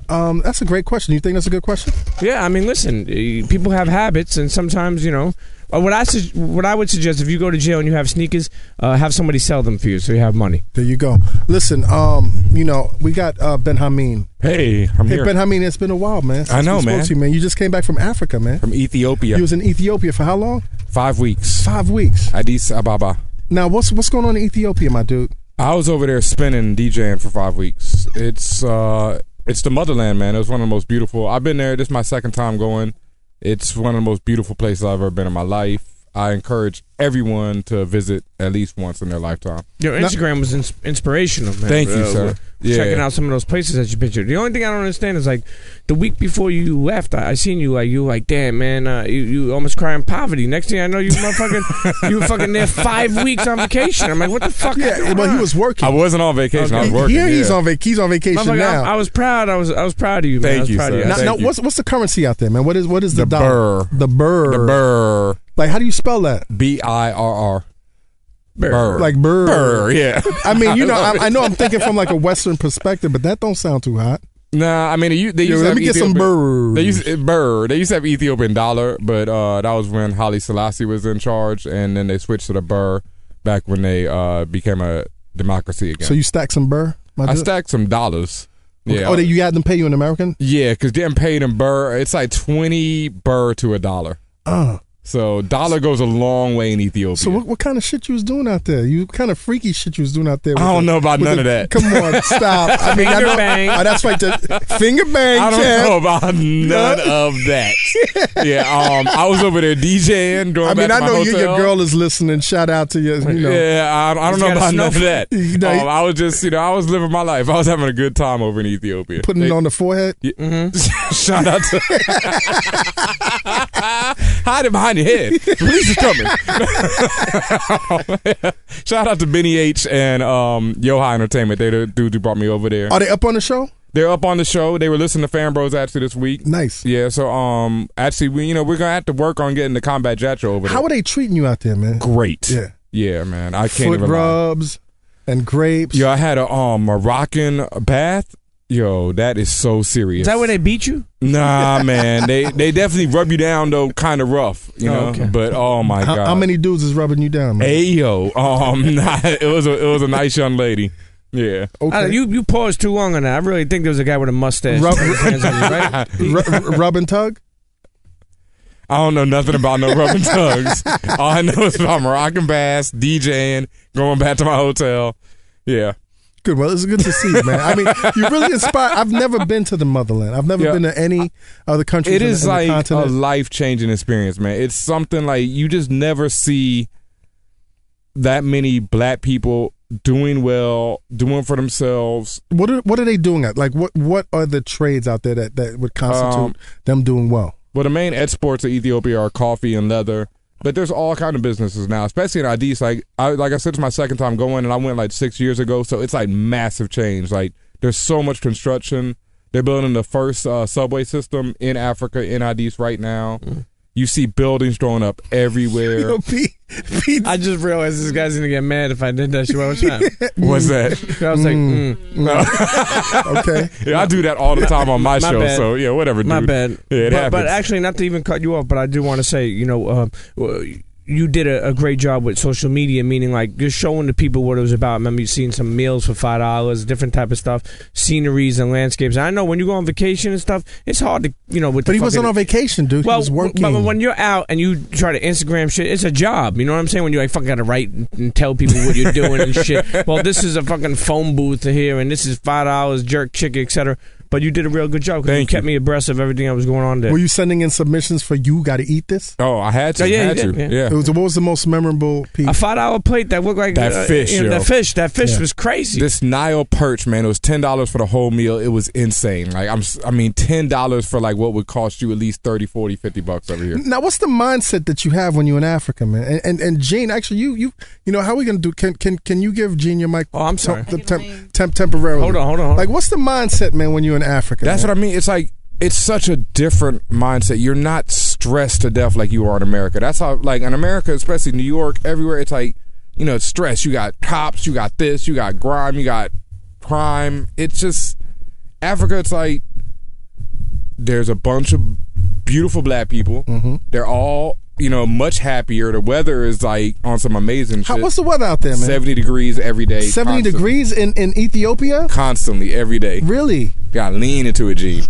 Um, that's a great question. You think that's a good question?
Yeah, I mean, listen, eh, people have habits, and sometimes you know. uh, What I su- what I would suggest if you go to jail and you have sneakers, uh, have somebody sell them for you so you have money.
There you go. Listen, um, you know, we got uh, Ben Hameen.
Hey, I'm
Hey,
here
Ben Hameen, it's been a while, man.
I know,
we spoke
man.
to you, man. You just came back from Africa, man.
from Ethiopia.
You was in Ethiopia for how long?
Five weeks.
Five weeks.
Addis Ababa.
Now, what's what's going on in Ethiopia, my dude?
I was over there spinning, DJing for five weeks. It's uh, it's the motherland, man. It was one of the most beautiful. I've been there. This is my second time going. It's one of the most beautiful places I've ever been in my life. I encourage everyone to visit at least once in their lifetime.
Your
No-
Instagram was ins- inspirational, man.
Thank you,
Uh,
sir.
we're
Yeah.
Checking out some of those places that you pictured. The only thing I don't understand is like the week before you left, I, I seen you like you were like damn man, uh, you you almost crying poverty. Next thing I know, you motherfucking you were fucking there five weeks on vacation. I'm like, what the fuck? is
Yeah,
going
well,
on?
he was working.
I wasn't on vacation. I was
He-
working.
Here he's
yeah.
on vac- he's on vacation
Motherfucker,
now.
I, I was proud. I was I was proud of you, man.
Thank
I was
you,
proud
sir.
Of you.
now,
Thank
now
you.
what's what's the currency out there, man? What is what is the,
The
dollar?
birr.
The birr.
The burr.
Like, how do you spell that?
B I R R.
Burr.
Burr.
Like birr.
burr. Yeah.
I mean, you know, I, I know I'm thinking from like a Western perspective, but that don't sound too hot.
Nah, I mean, they, u- they
Yo,
used to
let
have
me get some
Ethiopian-
birr.
They used uh, bird. They used to have Ethiopian dollar, but uh, that was when Holly Selassie was in charge, and then they switched to the burr back when they uh, became a democracy again.
So you stack some burr? My
I
dude?
stacked some dollars. Yeah.
Oh, they, you had them pay you in American?
yeah, because getting paid in burr, it's like twenty burr to a dollar.
Uh.
So dollar goes a long way in Ethiopia.
So what, what kind of shit you was doing out there? You what kind of freaky shit you was doing out there? with
I don't
the-
know about
with
none
the-
of that.
Come on, stop. I mean, I
Finger
know,
bang.
Oh, that's right. The finger bang.
I don't
champ.
know about none of that. yeah, um, I was over there DJing. Going
I mean,
back
I
to my
know you, your
hotel.
girl is listening. Shout out to you. You know,
Yeah, I, I don't
He's
know
got a
about none of that.
You know,
um, I was just, you know, I was living my life. I was having a good time over in Ethiopia.
putting it on Mm-hmm. the forehead.
Shout out to. Hide it behind your head. The police is coming. Shout out to Benny H and um, Yohai Entertainment. They the dude who brought me over there.
Are they up on the show?
They're up on the show. They were listening to Fan Bros actually this week.
Nice.
Yeah, so um, actually, we you know we're gonna have to work on getting the combat jacho over there.
How are they treating you out there, man?
Great.
Yeah,
Yeah, man. I can't
foot
even. lie.
rubs and grapes.
Yeah, I had a um Moroccan bath Yo, that is so serious.
Is that where they beat you?
Nah, man. They they definitely rub you down though, kind of rough, you
Oh,
know.
okay.
But oh my
How,
god.
how many dudes is rubbing you down, man?
Hey yo, um, nah, it was a it was a nice young lady.
I
Yeah.
don't-
Okay.
you you paused too long on that. I really think there was a guy with a mustache.
Rub-
Hands on you, right?
Ru- ru- rub and tug?
I don't know nothing about no rubbing tugs. All I know is about Moroccan bass, DJing, going back to my hotel. Yeah.
Good. Well, it's good to see you, man. I mean, you really inspire. I've never been to the motherland. I've never
Yeah.
been to any other country.
It is
the, in the
like a
continent.
life changing experience, man. It's something like you just never see that many black people doing well, doing for themselves,
What are what are they doing at? Like what what are the trades out there that that would
Um,
constitute them doing well?
Well, the main exports of Ethiopia are coffee and leather, but there's all kind of businesses now, especially in IDs. Like I like I said, it's my second time going, and I went like six years ago, so it's like massive change. Like there's so much construction. They're building the first uh, subway system in Africa in IDs right now.
Mm.
You see buildings growing up
You
everywhere.
know, Pete, Pete,
I just realized this guy's gonna get mad if I did that shit. What's that?
What's that?
I was like, mm,
okay.
Yeah, I do that all the time on my,
My
show.
bad.
So yeah, whatever. Dude.
my bad.
Yeah, it
but, but
happens.
actually, not to even cut you off, but I do want to say, you know, um, w- you did a, a great job with social media, meaning like you're showing the people what it was about. I remember you seen some meals for five dollars, different type of stuff, sceneries and landscapes. I know when you go on vacation and stuff, it's hard to, you know, with.
But
the
he wasn't
fucking-
on vacation, dude. he was
w-
working.
But when you're out and you try to Instagram shit, it's a job. You know what I'm saying? When you like fucking gotta write and, and tell people what you're doing and shit. Well, this is a fucking phone booth here, and this is five dollars jerk chicken, etc. But you did a real good job because you,
Thank
kept
you.
me abreast of everything that was going on there.
Were you sending in submissions for you got to eat this?
Oh, I had to.
Oh, yeah,
had
you
to.
did, yeah.
yeah.
It was, what was the most memorable piece?
a five dollar plate that looked like
That
uh,
fish,
you know,
yo.
that fish. That fish
Yeah.
was crazy.
This Nile perch, man, it was ten dollars for the whole meal. It was insane. Like I'm, s- I mean, ten dollars for like what would cost you at least 30, 40, 50 bucks over here.
Now, what's the mindset that you have when you're in Africa, man? And and, and Gene, actually, you you you know how we gonna do? Can can can you give Gene your mic?
oh, I'm sorry.
Tem- tem- tem- temporarily.
Hold on, hold on. Hold
Like, what's the mindset, man, when you're in Africa?
That's
man?
what I mean. It's like it's such a different mindset. You're not stressed to death like you are in America. That's how like in America, especially New York, everywhere. It's like you know, it's stress. You got cops. You got this. You got grime. You got crime. It's just Africa. It's like there's a bunch of beautiful black people.
Mm-hmm.
They're all you know much happier. The weather is like on some amazing
How,
shit.
what's the weather out there, man?
Seventy degrees every day.
70
constantly-
degrees in, in Ethiopia?
constantly every day.
Really?
Got to lean into it, Gene.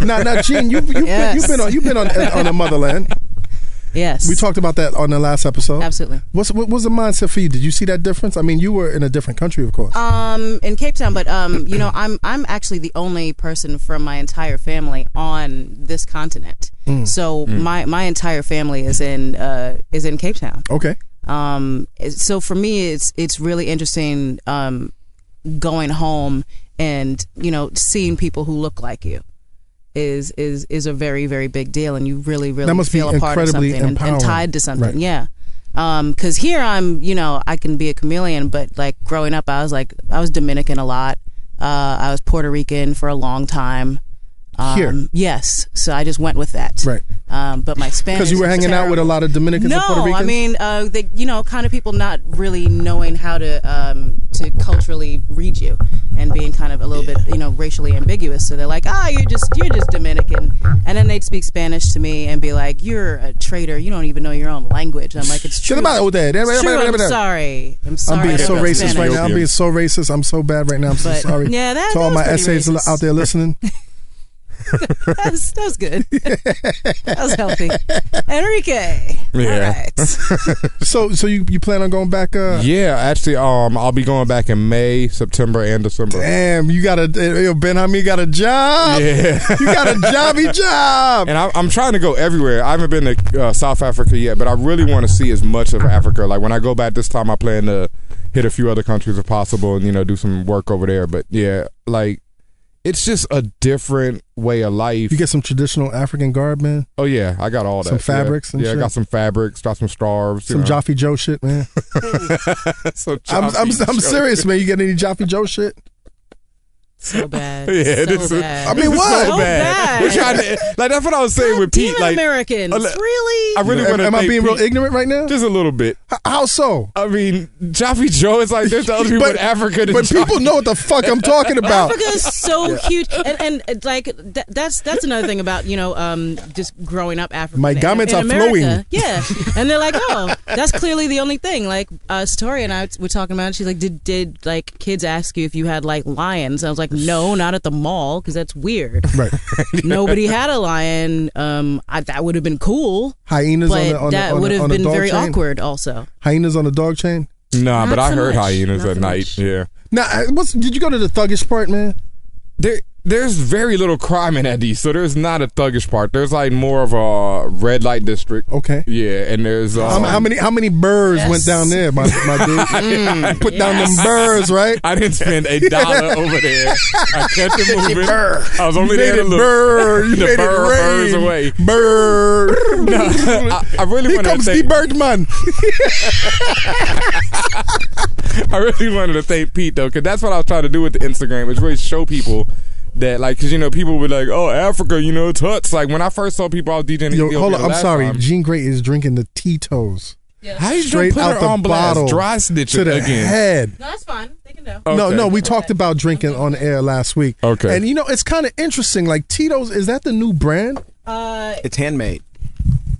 Now, now, Gene, you, you've,
Yes.
been, you've been on you've been on on the motherland.
Yes.
We talked about that on the last episode.
absolutely.
What's what was the mindset for you? Did you see that difference? I mean, you were in a different country, of course.
Um, in Cape Town, but um, you know, I'm I'm actually the only person from my entire family on this continent. So my my entire family is in uh is in Cape Town.
okay.
Um, it- so for me, it's it's really interesting um, going home and you know seeing people who look like you is is is a very very big deal, and you really really
That must be
feel a part of
incredibly
something and, and
empowering.
tied to something.
Right.
Yeah. Because here I'm, you know, I can be a chameleon, but like growing up, I was like, I was Dominican a lot. Uh, I was Puerto Rican for a long time. Um,
Here.
yes. So I just went with that.
Right.
Um, but my Spanish.
Because you were
is
hanging out with a
terrible.
lot of Dominicans
No,
and Puerto Ricans.
I mean, uh, they, you know, kind of people not really knowing how to um, to culturally read you and being kind of a little bit, you know, racially ambiguous. So they're like, ah, you're just you're just Dominican, and then they'd speak Spanish to me and be like, you're a traitor. You don't even know your own language. I'm like, it's
Shut
true.
up about that.
It's true. I'm sorry. I'm sorry.
I'm being
I
so
don't know
racist right
Spanish.
now. I'm being so racist. I'm so bad right now. I'm so
But-
sorry.
Yeah, that-
to all
that
my
was pretty
essays
racist.
out there listening.
That was, that was good. that was healthy. Enrique.
Yeah.
All right.
so, so you, you plan on going back? Uh,
Yeah, actually, um, I'll be going back in May, September, and December.
Damn, you got a eh, yo, Ben Hami got a job.
Yeah,
You got a jobby job.
and I, I'm trying to go everywhere. I haven't been to uh, South Africa yet, but I really want to see as much of Africa. Like when I go back this time, I plan to hit a few other countries if possible, and you know do some work over there. But yeah, like it's just a different way of life.
You get some traditional African garb, man.
oh yeah, I got all that.
Some fabrics
Yeah,
and
yeah
shit?
I got some fabrics, got some scarves,
Some Joffy Joe shit, man.
some
I'm, I'm, I'm serious, man. You get any Joffy Joe shit?
so bad.
Yeah,
so
this is-
bad.
I mean,
This is
what?
So bad.
We're trying to, like that's what I was saying with
Damn
Pete. Like
Americans,
I'll let-
really?
I really
Am,
want to.
am I being real ignorant right now?
Just a little bit.
H- How so?
I mean, Joffrey Joe is like there's the other people
But-
in Africa. than
But people
Joffrey.
know what the fuck I'm talking about.
Africa is so huge, and, and it's like th- that's that's another thing about you know um, just growing up African.
My
In-
garments
in
are
America,
flowing.
Yeah, and they're like, oh, that's clearly the only thing. Like uh, Satori and I were talking about. It. She's like, did did like kids ask you if you had like lions? I was like, no, not at the mall because that's weird.
Right.
Nobody had a lion. Um, I, that would have been cool,
Hyenas on
but
the on the,
that
on
would
the,
have
on the
been
dog
very
chain.
awkward. Also,
Hyenas on the dog chain.
Nah,
Not
but I
so
heard
much.
hyenas
Not
at
so
night.
much.
Yeah.
Now, I- what's, did you go to the thuggish part, man?
There, there's very little crime in Eddie, so there's not a thuggish part. There's like more of a red light district.
Okay.
Yeah, and there's um,
How, how many how many birds went down there, my, my dude? Put down them birds, right?
I didn't spend a dollar over there. I kept it moving. I was only
You made
there to
it
look.
bird. You
The
made
bird
it
burns
rain.
away.
Bird.
I, I really
Here
wanted to
comes the
thank,
Birdman.
I really wanted to thank Pete though, because that's what I was trying to do with the Instagram, was really show people that like, because you know people were like, oh Africa, you know it's huts. Like when I first saw people out DJing, in
Yo,
Ethiopia
hold on. I'm
last
sorry.
time-
Jean Grey is drinking the Tito's
How you
straight
straight put
out
her
the
on blast?
bottle
Dry snitch
to the
again.
head.
no, that's fine. They can know.
No,
Okay.
no, we talked about drinking on air last week.
Okay.
And you know, it's kind of interesting. Like Tito's, is that the new brand?
Uh,
It's handmade.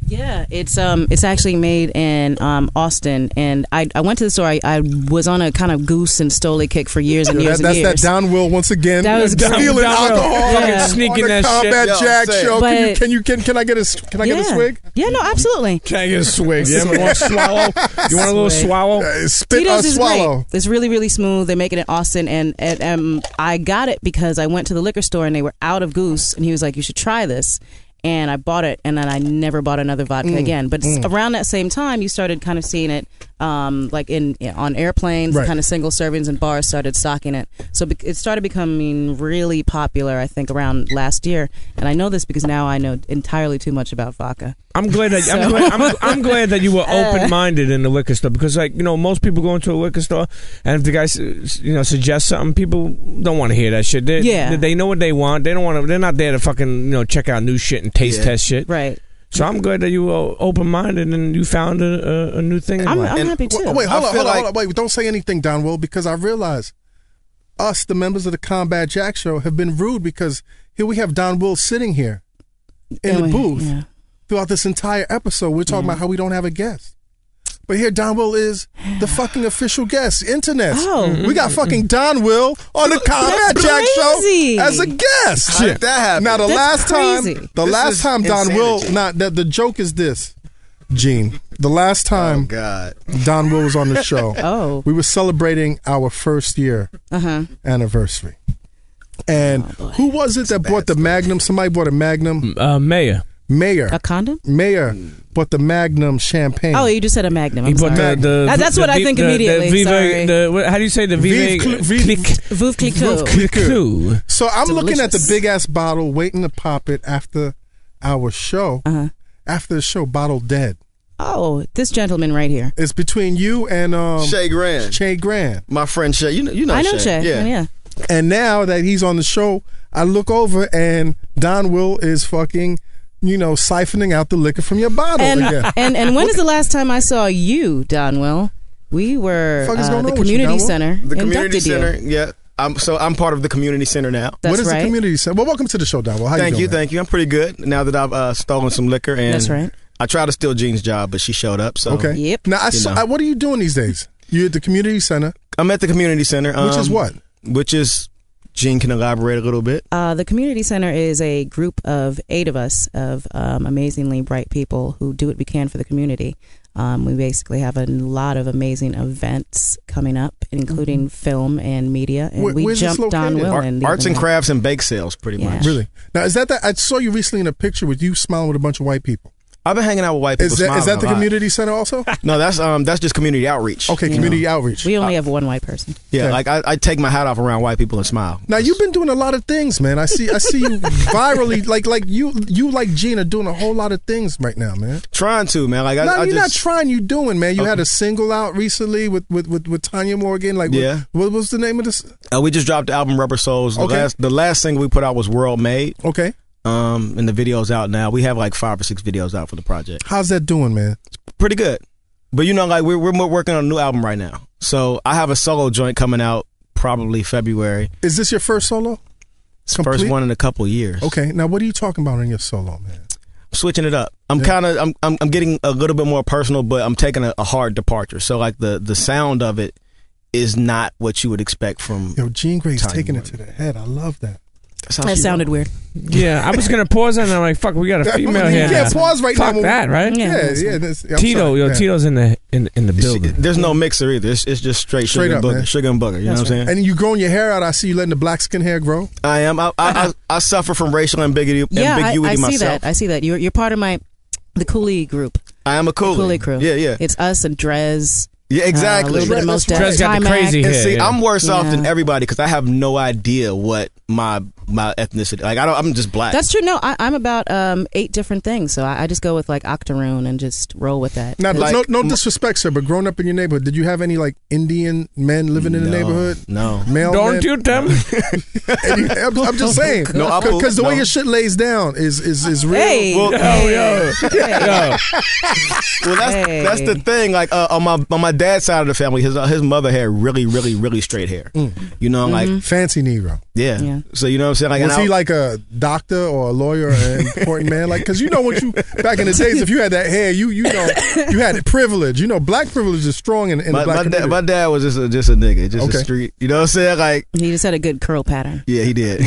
Yeah, it's um, it's actually made in um, Austin, and I, I went to the store. I, I was on a kind of goose and stole kick for years and
Yo,
years
that, that's
and years.
that Don Will once again.
That was
stealing
Don Will.
alcohol.
Fucking
on the
sneaking that shit.
Combat
Yo,
Jack
same.
show. Can you,
But-
can you can can I get a s- can I
yeah.
get a swig?
Yeah, no, absolutely.
Can I get a swig? Yeah, you want a swallow? You want a little
Swig.
swallow?
Uh, spit
Tito's
or
is
swallow.
great. It's really, really smooth. They make it in Austin, and, and um, I got it because I went to the liquor store and they were out of goose, and he was like, "You should try this." And I bought it, and then I never bought another vodka
Mm.
again. But s around that same time, you started kind of seeing it, um, like in on airplanes,
Right.
kind of single servings, and bars started stocking it. So bec- it started becoming really popular, I think, around last year. And I know this because now I know entirely too much about vodka.
I'm glad that I'm, glad, I'm, I'm glad that you were
Uh.
open minded in the liquor store because, like, you know, most people go into a liquor store and if the guy, s- s- you know, suggests something, people don't want to hear that shit. They,
Yeah.
they know what they want. They don't want to. They're not there to fucking you know check out new shit and taste
Yeah.
test shit.
Right.
So I'm glad that you were open minded and you found a, a, a new thing. in
I'm,
life.
I'm
And-
happy too.
Wait, Oh, wait,
I
hold on, hold
feel
on,
like-
hold on. Wait, don't say anything, Don Will, because I realize us, the members of the Combat Jack show, have been rude because here we have Don Will sitting here in the
Anyway,
booth
yeah.
throughout this entire episode. We're talking
Mm-hmm.
about how we don't have a guest. But here Don Will is the fucking official guest, internet.
Oh.
We got fucking Don Will on the Combat
That's
Jack
crazy.
show as a guest.
How did that happen?
Now the
That's
last
crazy.
time, the
This
last
is
time Don Will,
insanity.
not that the joke is this, Gene. The last
Oh
time
God.
Don Will was on the show.
Oh.
We were celebrating our first year
Uh huh.
anniversary. And
Oh,
who was it that bought the Magnum? Somebody bought a
Hmm.
Magnum.
uh, Mayor.
Mayor.
A condom?
Mayor bought the Magnum champagne.
Oh, you just said a magnum. I'm
He
sorry.
put the, the,
That- that's
the-
what I
the-
think
the- the
immediately.
Vive-
sorry.
the- what- how do you say the
Vive
Vive,
cl- Vive-
click
Vouv Clicquot.
click two?
so I'm looking at the
delicious.
big ass bottle, waiting to pop it after our show.
Uh-huh.
After the show, bottle dead.
Oh, this gentleman right here.
It's between you and um,
Shay Grand.
Che Grand.
My friend Shay. You know you know
I know Jay.
Shay.
Yeah.
And now that he's on the show, I look over and Don Will is fucking, you know, siphoning out the liquor from your bottle
And,
again.
and and when is the last time I saw you, Donwell? We were
Fuck is
uh,
going
the
on with you,
community
Donwell?
center.
The
in
community
Dunkerque.
center. Yeah. I'm so I'm part of the community center now.
That's
what is
right.
the community center? Well, welcome to the show, Don Will. How
thank you,
you doing?
thank you. I'm pretty good now that I've uh, stolen some liquor and
That's right.
I tried to steal Jean's job, but she showed up. So
Okay.
Yep.
Now, I saw,
know.
I, what are you doing these days? You're at the community center,
I'm at the community center,
which is
um,
what?
Which is Jean can elaborate a little bit.
Uh, the community center is a group of eight of us of um, amazingly bright people who do what we can for the community. Um, we basically have a lot of amazing events coming up, including film and media, and
Mm-hmm. Where-
we
where's this
jumped Don
located?
Will
Ar-
in the
arts
other
and
night.
crafts and bake sales, pretty
Yeah.
much.
Really? Now, is that that? I saw you recently in a picture with you smiling with a bunch of white people.
I've been hanging out with white people.
Is that is
smiling
that the
a lot.
community center also?
No, that's um that's just community outreach.
Okay,
you
community
know?
outreach.
We only have one white person.
Yeah,
okay.
like I, I take my hat off around white people and smile.
Now you've been doing a lot of things, man. I see, I see you virally, like, like you, you like Gina doing a whole lot of things right now, man.
trying to man. Like I,
no,
I
you're not
just
trying. You doing, man. You had
Okay.
a single out recently with with with, with Tanya Morgan. Like, what-
Yeah.
What, was the name of this?
uh, we just dropped the album Rubber Souls. The
Okay.
last the last single we put out was World Made.
Okay,
Um, and the video's out now. We have like five or six videos out for the project.
how's that doing, man?
Pretty good, but you know, like we're we're more working on a new album right now. So I have a solo joint coming out probably February.
Is this your first solo?
It's
Complete?
First one in a couple years.
Okay, now what are you talking about in your solo, man?
switching it up. I'm
Yeah.
kind of I'm, I'm I'm getting a little bit more personal, but I'm taking a, a hard departure. So like the the sound of it is not what you would expect from.
Yo, Gene Gray's
Tanya
taking it
Morgan.
to the head. I love that.
how
That
she
sounded
wrote.
weird.
Yeah, I was gonna pause and I'm like, fuck, we got a female
you
here.
can't pause right
fuck
now.
that, right?
Yeah,
Yeah,
yeah.
that's fine.
that's- I'm
Tito,
sorry.
yo,
Yeah.
Tito's in the in in the
She-
building.
there's no mixer either. It's, it's just straight,
Straight
sugar and
up,
booger,
man.
sugar and booger. You know what I'm saying?
And you growing your hair out. I see you letting the black skin hair grow.
I am. I, I, I, I suffer from racial ambiguity,
Uh-uh. Yeah, I,
ambiguity
I see
myself.
that. I see that. You're you're part of my the Cooley group.
I am a coolie.
Cooley crew.
Yeah, yeah,
It's us and Drez.
yeah.
Uh, a
Exactly.
little bit of
That's
most
right.
Def,
Drez got the
Timac.
crazy
and
hair.
see,
yeah.
I'm worse off than
Yeah.
everybody because I have no idea what my my ethnicity. Like I don't. I'm just black.
That's true. No, I, I'm about um, eight different things, so I, I just go with like Octoroon and just roll with that.
Now,
Like-
no, no disrespect, sir, but growing up in your neighborhood, did you have any like Indian men living in the
No,
neighborhood?
No.
Male men?
Don't you tell me?
And you- I'm, I'm just saying,
No, I pull-
because the way
no.
your shit lays down is is is real.
Hey,
Well,
Oh,
hey, hey.
Yo,
Well, that's
Hey.
that's the thing. Like uh, on my on my dad's side of the family, his uh, his mother had really, really, really straight hair. You know, like
Fancy Negro.
yeah.
Mm. Mm-hmm. Yeah.
So you know what I'm saying? Like, and
Was he
I-
like a doctor or a lawyer or an important man? Like, because you know what you back in the days, if you had that hair, you you know you had privilege. You know, black privilege is strong in, in
my,
the black
my, dad,
community.
my dad was just a, just a nigga, just
Okay.
a street. You know what I'm saying? Like
He just had a good curl pattern.
yeah, he did.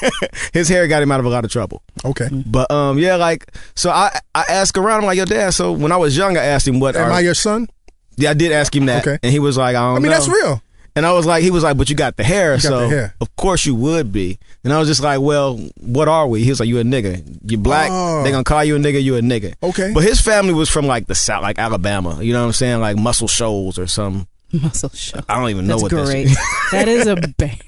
his hair got him out of a lot of trouble.
okay,
But um, yeah, like so I I ask around. I'm like, yo, dad. So when I was young, I asked him what.
am
are-
I your son?
yeah, I did ask him that,
Okay.
and he was like, I don't.
I mean,
know.
that's real.
And I was like, he was like, but you got the hair,
got
so
the hair.
of course you would be. And I was just like, well, what are we? He was like, you a nigga. You black.
Oh.
They gonna call you a nigga. You a nigga.
Okay.
But his family was from like the south, like Alabama. You know what I'm saying? Like Muscle Shoals or some.
Muscle show.
I don't even know
That's
what that
great.
is.
that is a bang.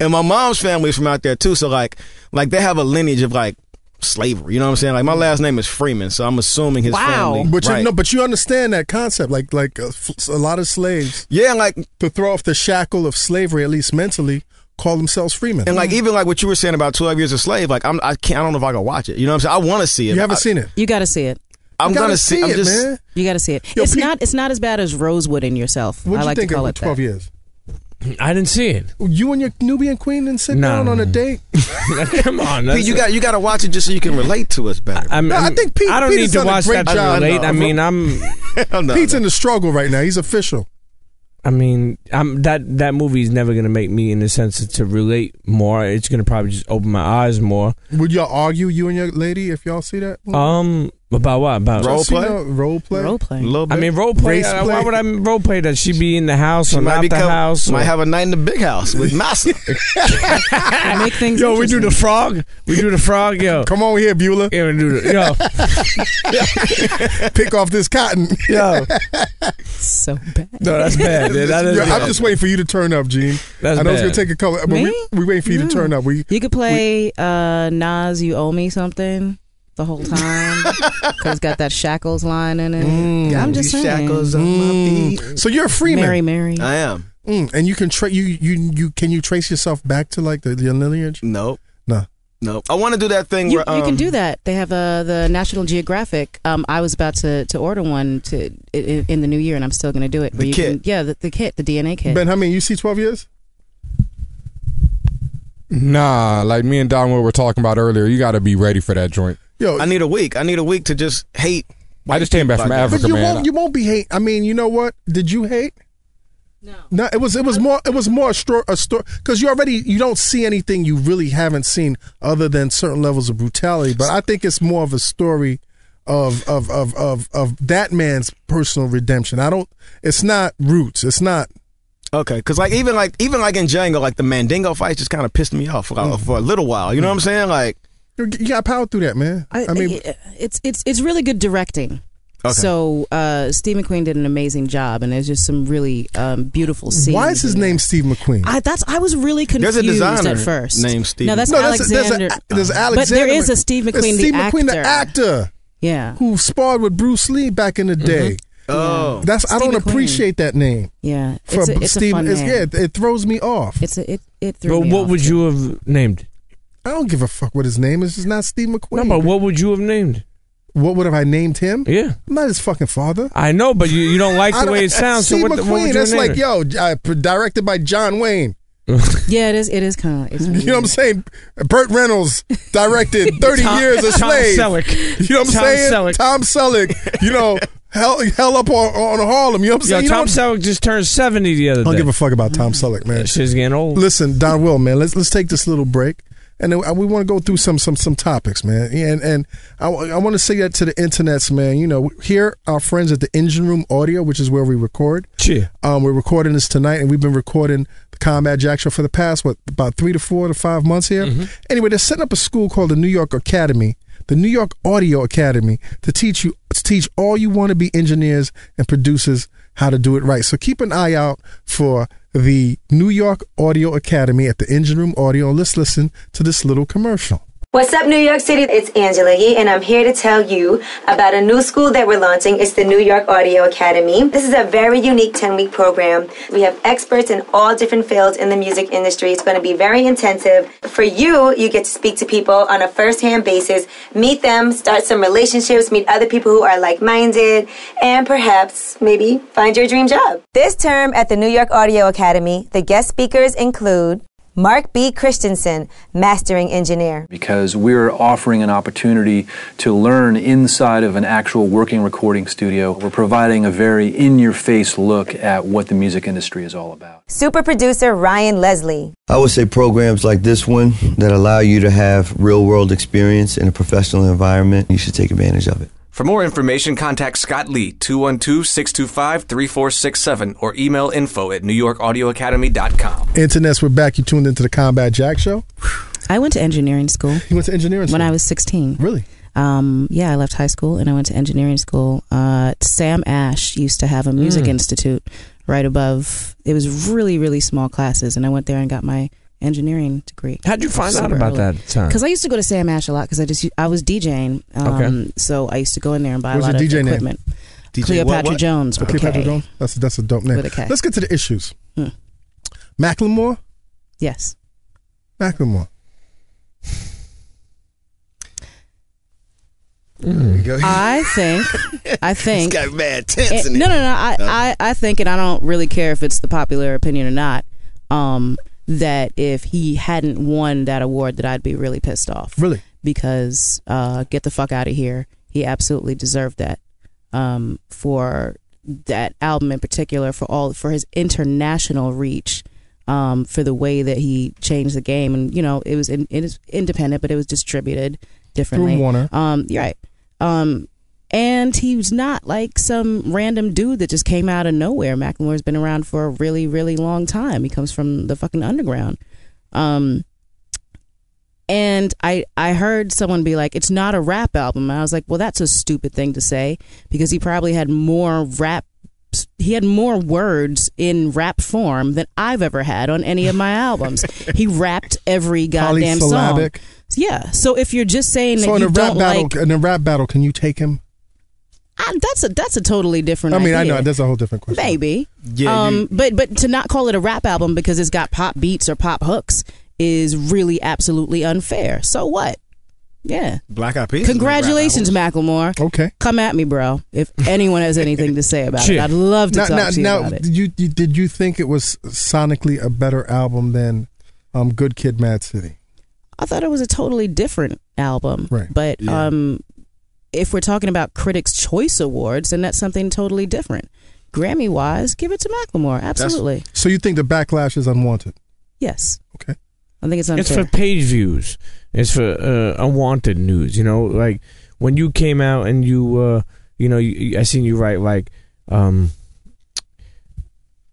And my mom's family is from out there too. So like, like they have a lineage of like slavery. You know what I'm saying? Like my last name is Freeman, so I'm assuming his
Wow.
family.
Mm. But you
right.
know, but you understand that concept, like like a, a lot of slaves
yeah, and, like
to throw off the shackle of slavery, at least mentally, call themselves freemen.
and like even like what you were saying about 12 Years a Slave. Like I'm, I can't, I don't know if I can watch it. You know what I'm saying? I want to see it.
you haven't
I,
seen it.
You got to see it.
I'm
You gotta
gonna see. I'm
it,
just,
man.
You got to see it.
Yo,
it's
Pete-
not. It's not as bad as Rosewood in yourself.
What'd
I
you
like
think
to call
of
it
it 12
that.
years?
I didn't see it.
You and your Nubian queen didn't sit
No.
down on a date?
Come on,
Pete,
that's-
you got you got to watch it just so you can relate to us better.
I'm,
No, I
I'm-
think Pete-
I don't
Pete
need
has
to
done a
watch
great
that to
job.
relate.
No,
I
no.
mean, I'm.
no, no.
Pete's in the struggle right now. He's official.
I mean, I'm that that movie's never gonna make me in the sense to relate more. It's gonna probably just open my eyes more.
Would y'all argue, you and your lady, if y'all see that?
Uh,
Um, about what? About
Role
See
play?
no Hmm. role play?
Role play.
Little
I mean, role play.
Race
uh,
play.
Why would I role play that she be in the house
she
or
might
not
be
the
come-
house?
Might
or-
have a night in the big house with Massa.
You make things.
yo, we do the
interesting.
frog. We do the frog. Yo,
Come on here, Beulah.
yeah, we do the, yo,
Pick off this cotton.
yo.
so bad.
No, that's bad. Dude. That is
Yeah, I'm
bad.
just waiting for you to turn up, Gene.
That's
I know it's
bad.
gonna take a couple, but
Me?
we we waiting for you to
No.
turn up. We
You could play uh, Nas. You owe me something. The whole time, because it's got that shackles line in it. I'm just saying.
Mm. so you're a free
Mary,
man,
Mary.
I am.
mm, and you can tra- you you you can you trace yourself back to like the, the lineage.
Nope.
No.
Nope. I want to do that thing
You,
where
you
um,
can do that. They have uh, the National Geographic. Um, I was about to, to order one to i- i- in the new year, and I'm still going to do it.
The
Where you
kit.
Can, yeah, the, the kit, the DNA kit.
Ben, how many you see? Twelve years.
Nah, like me and Don, what were talking about earlier, you got to be ready for that joint.
Yo,
I need a week. I need a week to just hate.
I just came back from
But you
but
Africa,
you
man.
won't you won't be hate. I mean, you know what? Did you hate?
no.
No, it was it was more it was more a story because you already you don't see anything you really haven't seen other than certain levels of brutality. But I think it's more of a story of of of of of that man's personal redemption. I don't. It's not roots. It's not.
Okay, because like even uh, Mm. like even like in Django, like the Mandingo fight just kind of pissed me off for, for a little while. You know what I'm saying? Like
You got to power through that, man. I, mean,
it's it's it's really good directing.
Okay.
So uh, Steve McQueen did an amazing job, and there's just some really um, beautiful scenes.
why is his
in there.
name Steve McQueen?
I that's I was really confused
There's a designer
at first.
named Steve.
No, that's
No, that's a- there's a-
Alexander.
there's
but
Alexander
there is a
Mc-
Steve
It's
McQueen,
Steve
the
McQueen, the
actor.
actor
Yeah,
who sparred with Bruce Lee back in the
Mm-hmm.
day.
oh,
That's I
Steve
don't
McQueen.
appreciate that name.
yeah. It's a, it's
Steve,
a fun
it's-
name.
yeah, it, it throws me off.
It's a, it it threw
But
me
what
off,
would
too.
you have named?
I don't give a fuck what his name is. It's not Steve McQueen.
No, but what would you have named?
what would have I named him?
Yeah,
I'm not his fucking father.
I know, but you, you don't like
I
the
don't-
way it sounds.
Steve
so what,
McQueen.
the, what would you
that's
name
like
it?
yo, uh, p- directed by John Wayne.
Yeah, it is. It is kind of. It's
You know what I'm
weird.
saying? Burt Reynolds directed 30
Mm. Tom-
Years a
Tom
Slave.
Selleck.
You know what I'm
Tom
saying?
Selleck.
Tom Selleck. You know, hell, hell up on, on Harlem. You know what I'm
Yo,
saying? You don't-
Tom Selleck just turned seventy the other
I don't
day.
give a fuck about Tom Selleck, man.
that shit's getting old.
Listen, Don Will, man. Let's let's take this little break, and then we want to go through some some some topics, man. And and I, want to say that to the internets, man. You know, here our friends at the Engine Room Audio, which is where we record.
Cheer.
Um, we're recording this tonight, and we've been recording the Combat Jack Show for the past what about three to four to five months here. Anyway, they're setting up a school called the New York Academy, the New York Audio Academy, to teach you to teach all you want to be engineers and producers how to do it right. So keep an eye out for the New York Audio Academy at the Engine Room Audio. And let's listen to this little commercial.
What's up, New York City? It's Angela Yee, and I'm here to tell you about a new school that we're launching. It's the New York Audio Academy. This is a very unique 10 week program. We have experts in all different fields in the music industry. It's going to be very intensive. For you, you get to speak to people on a first hand basis, meet them, start some relationships, meet other people who are like minded, and perhaps maybe find your dream job. This term at the New York Audio Academy, the guest speakers include Mark B. Christensen, Mastering Engineer.
because we're offering an opportunity to learn inside of an actual working recording studio. We're providing a very in your face look at what the music industry is all about.
super producer Ryan Leslie,
I would say programs like this one that allow you to have real world experience in a professional environment, you should take advantage of it.
For more information, contact Scott Lee, 212 625 3467, or email info at newyorkaudioacademy.com.
Internets, we're back. You tuned into the Combat Jack Show.
I went to engineering school
You went to engineering
when
school.
I was 16.
really
Um, yeah, I left high school and I went to engineering school. Uh, Sam Ash used to have a music
Mm.
institute right above. It was really, really small classes, and I went there and got my engineering degree.
How'd you find out
Super
about
early.
that time?
Because I used to go to Sam Ash a lot because I just I was DJing, um,
Okay.
so I used to go in there and buy
What was
a lot
your
of
DJ name?
equipment.
DJ
Cleopatra
what, what?
Jones with a
Uh, Cleopatra
K.
Jones? That's that's a dope name.
With a K.
Let's get to the issues.
Hmm.
Macklemore,
Yes,
Macklemore.
I think I think
Got mad tense
Eh,
in it.
no, no, no. I, I, I think, and I don't really care if it's the popular opinion or not, um, that if he hadn't won that award, that I'd be really pissed off.
Really?
Because uh, get the fuck out of here. He absolutely deserved that um, for that album in particular, for all for his international reach. Um, for the way that he changed the game, and you know, it was in, it is independent, but it was distributed differently.
Warner.
Um, you're right. Um, and he was not like some random dude that just came out of nowhere. Macklemore's been around for a really, really long time. He comes from the fucking underground. Um, and I I heard someone be like, "It's not a rap album." And I was like, "Well, that's a stupid thing to say because he probably had more rap." He had more words in rap form than I've ever had on any of my albums. he rapped every goddamn song.
Polysyllabic.
Yeah. So if you're just saying
So
that
in
you
a rap
don't
battle, uh,
like,
in a rap battle, can you take him?
I, that's a that's a totally different.
I mean, I
idea.
know that's a whole different question.
maybe.
Yeah,
um,
you-
but but to not call it a rap album because it's got pop beats or pop hooks is really absolutely unfair. So what? Yeah.
Black Eyed Peas. is a rap
Congratulations,
album.
Macklemore.
Okay.
Come at me, bro. If anyone has anything to say about it,
Shit.
I'd love to
Now,
talk
now,
to you
now
about it.
did you, you did you think it was sonically a better album than um, Good Kid, Mad City?
I thought it was a totally different album.
Right.
But
Yeah.
um, if we're talking about Critics' Choice Awards, then that's something totally different. Grammy wise, give it to Macklemore. Absolutely.
So you think the backlash is unwanted?
yes.
Okay.
I think it's
It's
unfair.
for page views. It's for uh, unwanted news. You know, like when you came out and you, uh, you know, you, you- I seen you write like, um,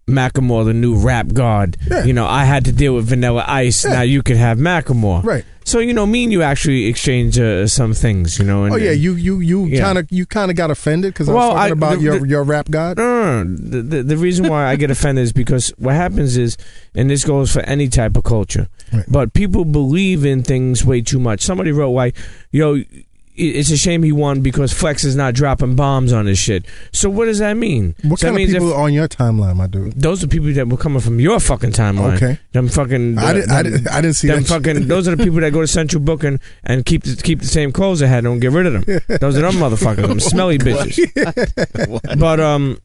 Macklemore the new rap god.
Yeah.
You know, I had to deal with Vanilla Ice.
Yeah.
Now you can have Macklemore.
Right.
So you know, me and you actually exchange uh, some things. You know. And,
Oh yeah, you you you
Yeah.
kind of you kind of got offended because I
Well,
was talking
I-
about
the-
your
the-
your rap god.
No, no, no. The, the, the reason why I get offended is because what happens is, and this goes for any type of culture,
Right.
but people believe in things way too much. Somebody wrote, like, yo, i- it's a shame he won because Flex is not dropping bombs on his shit. So what does that mean?
What
so that
kind of
means
people
if-
are on your timeline, my dude?
those are people that were coming from your fucking timeline.
Okay.
Them fucking.
I didn't- I didn't- I didn't see
them
that shit.
fucking. Those are the people that go to Central Booking and keep the, keep the same clothes they had. Don't get rid of them. Those are them motherfuckers. Them
Oh,
smelly bitches. but um,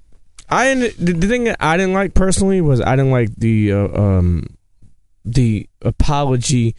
I didn't- the, the thing that I didn't like personally was I didn't like the uh, um the apology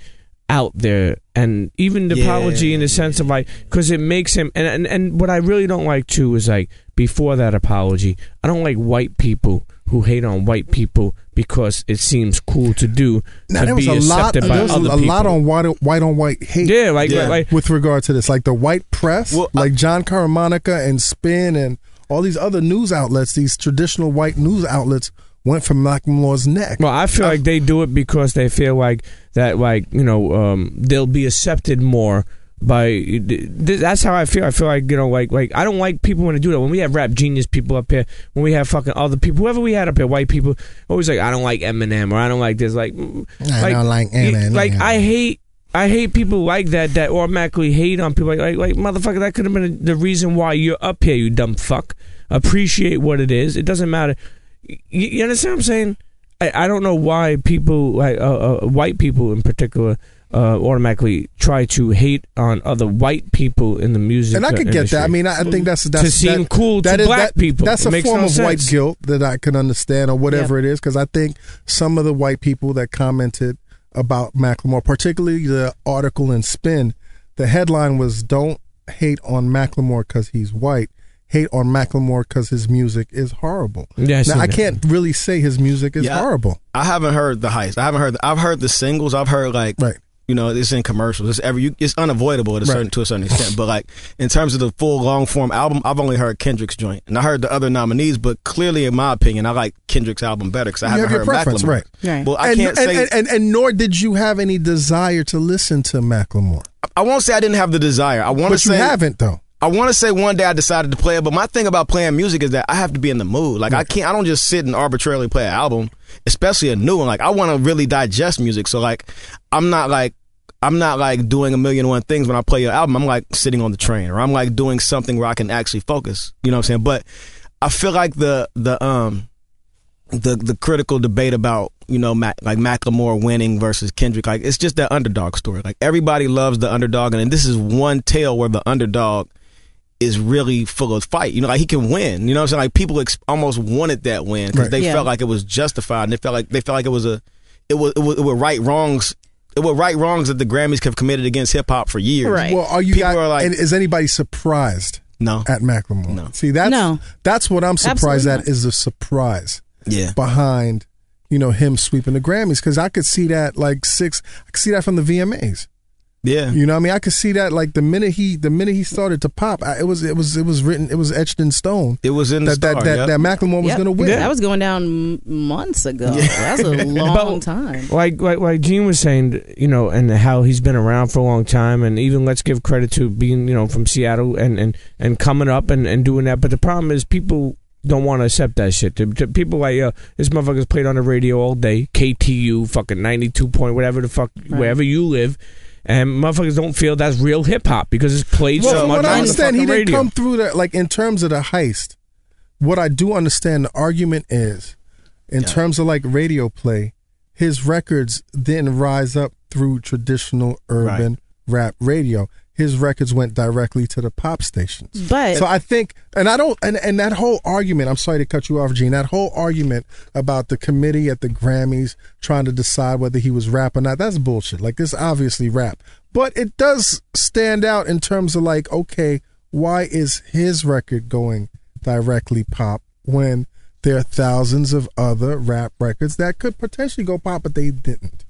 out there and even the
Yeah.
apology in the sense of like because it makes him and, and and what i really don't like too is like before that apology i don't like white people who hate on white people because it seems cool to do
Now
to
there was
be
a lot.
accepted by
There was a
other
lot
people.
on white white on white hate.
yeah like
Yeah.
like
with regard to this, like the white press,
Well, I-
like John Caramanica and Spin and all these other news outlets, these traditional white news outlets went from Macklemore's neck.
Well, I feel like they do it because they feel like that, like you know, um, they'll be accepted more by. th- That's how I feel. I feel like you know, like like I don't like people when they do that. When we have rap genius people up here, when we have fucking other people, whoever we had up here, white people, always like I don't like Eminem or I don't like this. Like, mm,
I don't like
eh,
you-
Eminem.
Like I hate. I hate people like that that automatically hate on people. Like, like, like motherfucker, that could have been the reason why you're up here, you dumb fuck. Appreciate what it is. It doesn't matter. You, you understand what I'm saying? I, I don't know why people, like uh, uh, white people in particular, uh, automatically try to hate on other white people in the music.
and I could get that. I
industry.
mean, I, I think that's that's
to seem
that-
cool
that
to
is-
black
that-
people.
That's
It
a
makes
form
no
of white
sense.
guilt that I can understand, or whatever it is, because I think some of the white people that commented about Macklemore, particularly the article in Spin, the headline was "Don't hate on Macklemore because he's white." Hate on Macklemore because his music is horrible.
Yeah, I
now
seen
I
that.
can't really say his music is
Yeah.
horrible.
I haven't heard the heist. I haven't heard. The, I've heard the singles. I've heard like
Right.
you know it's in commercials. It's every you, it's unavoidable at a
Right.
certain to a certain extent. But like in terms of the full long form album, I've only heard Kendrick's joint, and I heard the other nominees. But clearly, in my opinion, I like Kendrick's album better because I
You
haven't
have your
heard
preference,
Macklemore.
right.
Right.
Well, I
and,
can't
and,
say
and, and and nor did you have any desire to listen to Macklemore,
I won't say I didn't have the desire. I want to
but you
say
haven't though.
I want to say one day I decided to play it, but my thing about playing music is that I have to be in the mood. Like I can't, I don't just sit and arbitrarily play an album, especially a new one. Like I want to really digest music, so like I'm not like I'm not like doing a million and one things when I play your album. I'm like sitting on the train, or I'm like doing something where I can actually focus. You know what I'm saying? But I feel like the the um the the critical debate about you know Mac, like Macklemore winning versus Kendrick like it's just that underdog story like everybody loves the underdog and, this is one tale where the underdog is really full of fight you know like he can win you know what I'm saying like people ex- almost wanted that win because
Right.
they
Yeah.
felt like it was justified and they felt like they felt like it was a it was it was, it were right wrongs it were right wrongs that the Grammys have committed against hip hop for years
Right.
Well, are you
People
guys?
are like-
and is anybody surprised
no
at Macklemore?
No.
See, that's
No.
that's what I'm surprised
Absolutely
at
not.
is the surprise
yeah
behind you know him sweeping the Grammys because I could see that like six. I could see that from the VMAs.
yeah
You know, what I mean, I could see that like the minute he the minute he started to pop, I, it was it was it was written it was etched in stone.
it was in the
That,
star,
that that
yeah.
that Macklemore was
Yep.
going to win.
That was going down m- months ago. That was a long time.
Like, like, like Gene was saying, you know, and how he's been around for a long time, and even let's give credit to being, you know, from Seattle and and and coming up and and doing that. But the problem is people. Don't want to accept that shit. To, to people like uh, this motherfucker's played on the radio all day, KTU, fucking ninety two point whatever the fuck,
Right.
wherever you live, and motherfuckers don't feel that's real hip hop because it's played
Well,
so
from
much
what I
on the
understand,
fucking
he didn't
radio.
come through that. Like in terms of the heist, what I do understand the argument is, in terms of like radio play, his records didn't rise up through traditional urban rap radio. His records went directly to the pop stations.
But
So I think, and I don't, and, and that whole argument, I'm sorry to cut you off, Gene, that whole argument about the committee at the Grammys trying to decide whether he was rap or not, that's bullshit. Like, this obviously rap. But it does stand out in terms of, like, okay, why is his record going directly pop when there are thousands of other rap records that could potentially go pop, but they didn't?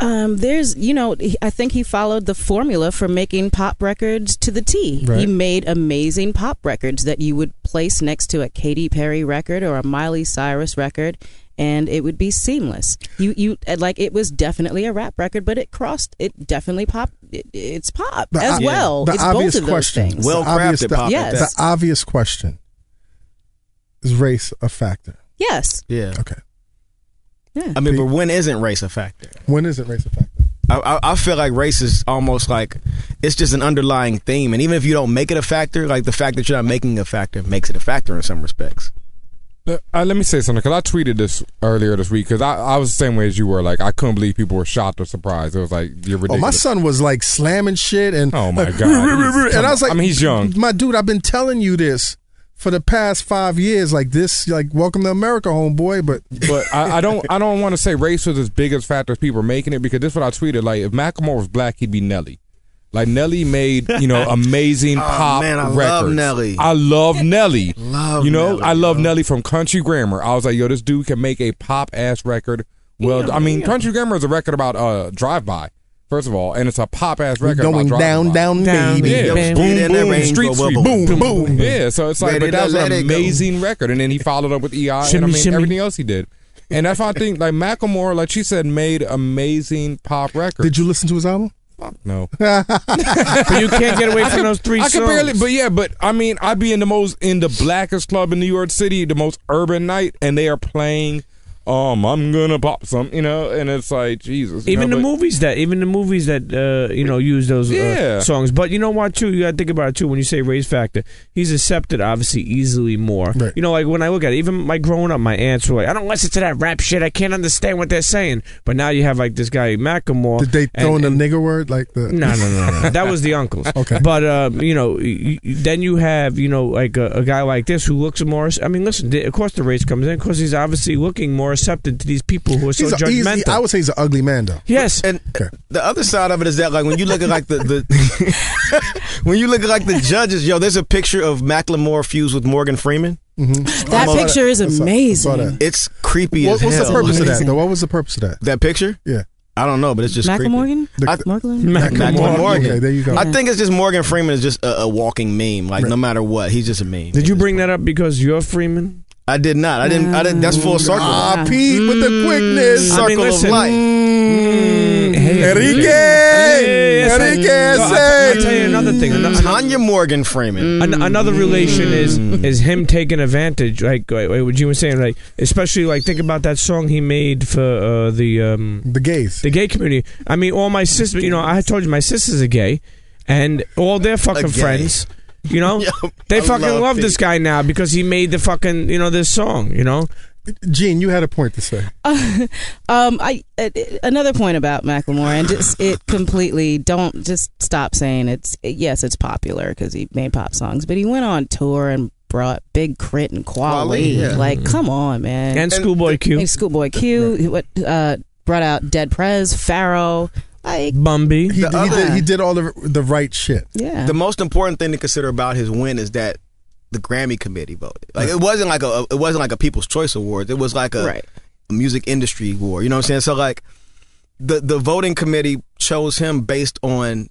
Um, there's, you know, he- I think he followed the formula for making pop records to the T. He
Right.
made amazing pop records that you would place next to a Katy Perry record or a Miley Cyrus record, and it would be seamless. You, you, and, like, it was definitely a rap record, but it crossed, it definitely pop, it, it's pop
The
as
ob-
well.
The
it's
obvious
both of
question.
those things.
the obvious-
crafted
the-
pop at
Yes. that.
The obvious question is race a factor.
Yes.
Yeah.
Okay.
I mean, but when isn't race a factor?
When is it race a factor?
I, I, I feel like race is almost like it's just an underlying theme, and even if you don't make it a factor, like the fact that you're not making it a factor makes it a factor in some respects.
Uh, uh, let me say something because I tweeted this earlier this week because I, I was the same way as you were. Like I couldn't believe people were shocked or surprised. It was like you're
Oh,
ridiculous.
my son was like slamming shit and
Oh, my
like,
God.
"Ruh, ruh, ruh, ruh,"
He's-
and I was like,
I mean, he's young.
my dude. I've been telling you this for the past five years. Like this, like welcome to America, homeboy. But
but I, I don't I don't want to say race was as big as factor as people are making it because this is what I tweeted. Like if Macklemore was black, he'd be Nelly. Like Nelly made you know amazing pop
Oh, man, I love
records.
Nelly.
I love Nelly.
Love
you know
Nelly,
I love Nelly from Country Grammar. I was like, yo, this dude can make a pop ass record. Well, I mean, Country Grammar is a record about uh drive by. First of all, and it's a pop ass
we're
record
going
about
down,
drive-by.
down,
Down,
baby.
Yeah,
Bam,
boom,
bam,
boom,
bam,
street
bam,
sweep,
boom,
boom,
boom,
boom. Yeah, so it's like,
Let
but
it
that
go,
was
let
an
it go.
amazing record, and then he followed up with EI, and I
Shimmy,
mean
shimmy.
everything else he did. And that's why I think, like Macklemore, like she said, made amazing pop records.
Did you listen to his album?
no,
But you can't get away from those three
I
songs.
could barely, but yeah, but I mean, I'd be in the most in the blackest club in New York City, the most urban night, and they are playing. Um, I'm gonna pop some, you know, and it's like Jesus. you
even
know,
the
but-
movies that even the movies that uh, you know use those
Yeah.
uh, songs but you know what too you gotta think about it too when you say race factor he's accepted obviously easily more
Right.
you know like when i look at it even my growing up my aunts were like i don't listen to that rap shit i can't understand what they're saying but now you have like this guy macklemore
Did they throw
and-
in the nigger word like the?
no, no, no, no. That was the uncles.
Okay.
But um, you know, y- y- then you have you know like a, a guy like this who looks more. I mean, listen. the- Of course, the race comes in because he's obviously looking more accepted to these people who are so
He's a, he's,
judgmental.
he, I would say he's an ugly man though.
yes,
And
Okay.
the other side of it is that like when you look at like the, the when you look at like the judges, yo, there's a picture of Macklemore fused with Morgan Freeman.
That
I saw
picture is
I saw- I saw
amazing.
that.
It's creepy
What,
as
what's the
hell.
purpose of that?
Amazing.
Though? What was the purpose of that?
That picture?
Yeah.
I don't know, but it's just creepy.
Macklemorgan?
The-
Morgan?
Macklemore.
Macklemore.
Okay, there you go.
I think it's just Morgan Freeman is just a, a walking meme. Like
Right.
no matter what, he's just a meme.
Did you bring that up because you're Freeman?
I did not. I didn't. I didn't. That's full circle.
Ah, Pete with the quickness.
Mm. I
circle
mean,
of
listen. Mm.
life.
Hey,
Enrique! Enrique, say!
I'll tell you another thing. Another,
Tanya Morgan Freeman.
an- another relation
Mm.
is is him taking advantage, like, like what you were saying, like especially like think about that song he made for uh, the um,
The gays.
the gay community. I mean, all my sisters. You know, I told you my sisters are gay, and all their fucking
gay.
friends. You know,
Yo,
Mm. they
I
fucking
love
love, this
Pete.
guy now because he made the fucking you know this song. You know,
Gene, you had a point to say.
Um, I uh, another point about Macklemore and just it completely don't just stop saying it's yes it's popular because he made pop songs, but he went on tour and brought Big Crit and Quali.
Quali, yeah.
Like,
Mm-hmm.
come on, man!
and, Schoolboy Q,
Like, Schoolboy Q, he what uh, brought out Dead Prez, Pharaoh, like
Bumby.
He,
The
he
other-
did, he did all the the right shit.
yeah,
The most important thing to consider about his win is that the Grammy committee voted. Like it wasn't like a it wasn't like a People's Choice Awards. It was like a
right.
music industry war. You know what I'm saying? So like the the voting committee chose him based on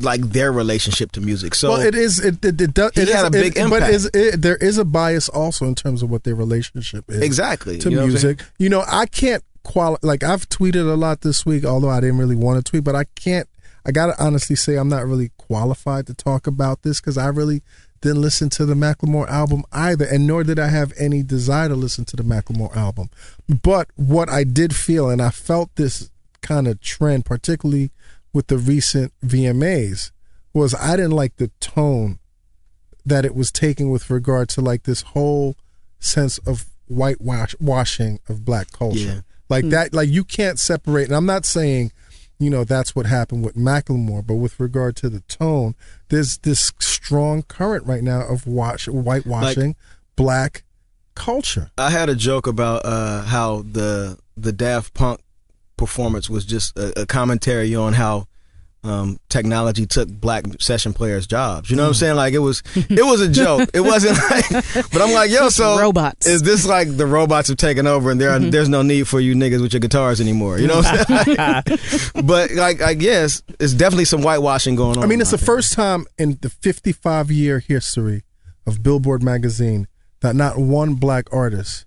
like their relationship to music. So
well, it is it it, it does
He
it is-
had a big
it- But
impact.
is it, there is a bias also in terms of what their relationship is
exactly
to
you know what I'm saying?
music. You know, I can't quali like I've tweeted a lot this week, although I didn't really want to tweet, but I can't. I gotta honestly say I'm not really qualified to talk about this because I really didn't listen to the Macklemore album either, and nor did I have any desire to listen to the Macklemore album. But what I did feel, and I felt this kind of trend, particularly with the recent VMAs, was I didn't like the tone that it was taking with regard to like this whole sense of whitewash washing of black culture.
Yeah.
Like that like you can't separate and I'm not saying, you know, that's what happened with Macklemore, but with regard to the tone, there's this strong current right now of wash whitewashing black culture.
I had a joke about uh, how the the Daft Punk performance was just a, a commentary on how um, technology took black session players' jobs. You know what I'm
Mm.
saying? Like it was, it was a joke. It wasn't like, but I'm like, yo,
Just
so
robots.
Is this like the robots have taken over and there
Mm-hmm.
are, there's no need for you niggas with your guitars anymore? You know what I'm saying? but like, I guess it's definitely some whitewashing going on.
I mean,
in
it's
my
the first time in the 55 year history of Billboard magazine that not one black artist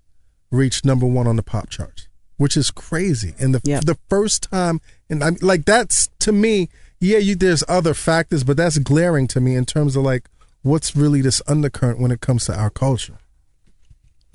reached number one on the pop charts, which is crazy. And the
Yeah.
the first time, and I'm like that's to me, yeah, you there's other factors, but that's glaring to me in terms of like what's really this undercurrent when it comes to our culture.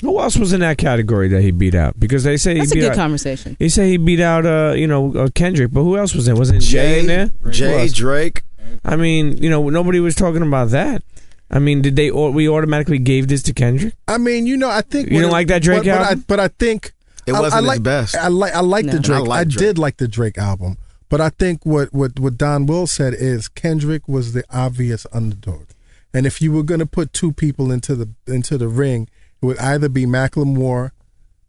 Who else was in that category that he beat out? Because they say
That's a
he beat
good
out.
conversation.
He said he beat out, uh, you know, uh, Kendrick. But who else was there? Wasn't
opinion.
Jay, in there? Who
Jay,
else?
Drake.
I mean, you know, nobody was talking about that. I mean, did they? Or, we automatically gave this to Kendrick.
I mean, you know, I think
You
when
didn't like that Drake
but, but I,
album?
but I think
It
I-
wasn't
I
his
like,
best.
I like I like
No.
the
And I
Drake. I,
like Drake.
did like the Drake album, but I think what what what Don Will said is Kendrick was the obvious underdog, and if you were going to put two people into the into the ring, it would either be Macklemore,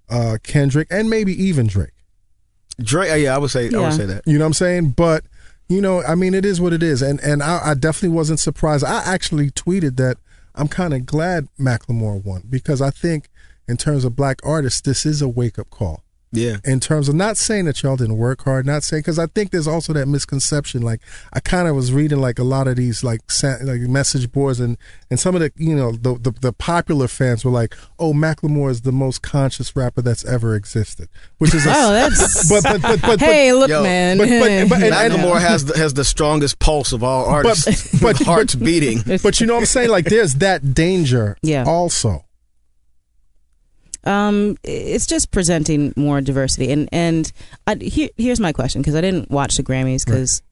uh, Kendrick, and maybe even Drake.
Drake. uh, Yeah, I would say. I
Yeah.
would say that.
You know what I'm saying? But you know, I mean, it is what it is, and and I, I definitely wasn't surprised. I actually tweeted that I'm kind of glad Macklemore won because I think, in terms of black artists, this is a wake up call.
Yeah.
In terms of not saying that y'all didn't work hard, not saying because I think there's also that misconception. Like I kind of was reading like a lot of these like sa- like message boards and and some of the you know the, the the popular fans were like, oh, Macklemore is the most conscious rapper that's ever existed, which is a,
Oh, that's.
but but but but, but
hey, look,
Yo,
man.
but- but- but- and- and-
Macklemore has the, has the strongest pulse of all artists.
But- but-
with hearts beating.
but you know what I'm saying? Like there's that danger
Yeah.
also.
Um, it's just presenting more diversity, and and I, here, here's my question because I didn't watch the Grammys because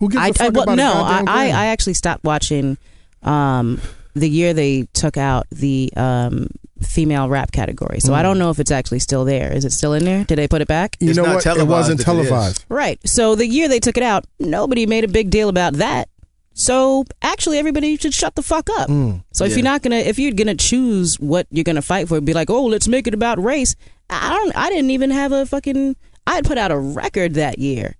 Who gives a
I,
fuck
I well,
about a
no, I,
goddamn
I
Grammy?
I actually stopped watching um the year they took out the um female rap category,
Hmm.
so I don't know if it's actually still there. Is it still in there? Did they put it back?
you
It's
know
not
what? It
televised
wasn't
if it is.
televised.
Right. So the year they took it out, nobody made a big deal about that. So actually, everybody should shut the fuck
Hmm.
up. So if
Yeah.
you're not gonna, if you're gonna choose what you're gonna fight for, be like, oh, let's make it about race. I don't. I didn't even have a fucking. I had put out a record that year,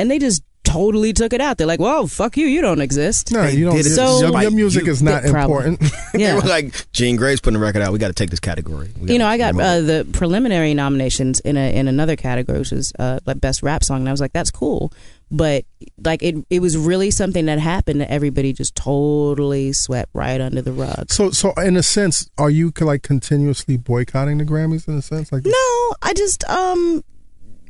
and they just totally took it out. They're like, well, fuck you, you don't exist.
No,
They
you don't.
did
it
your-
to
your,
spite
music
you.
is not
Big problem.
important.
They
Yeah.
were like, Gene Gray's putting a record out. We got to take this category. We
you know,
gotta
I got
remove it."
uh, the preliminary nominations in a in another category, which was uh, like best rap song, and I was like, that's cool, but like it it was really something that happened that everybody just totally swept right under the rug.
so so in a sense, are you like continuously boycotting the Grammys in a sense? Like
No, I just um,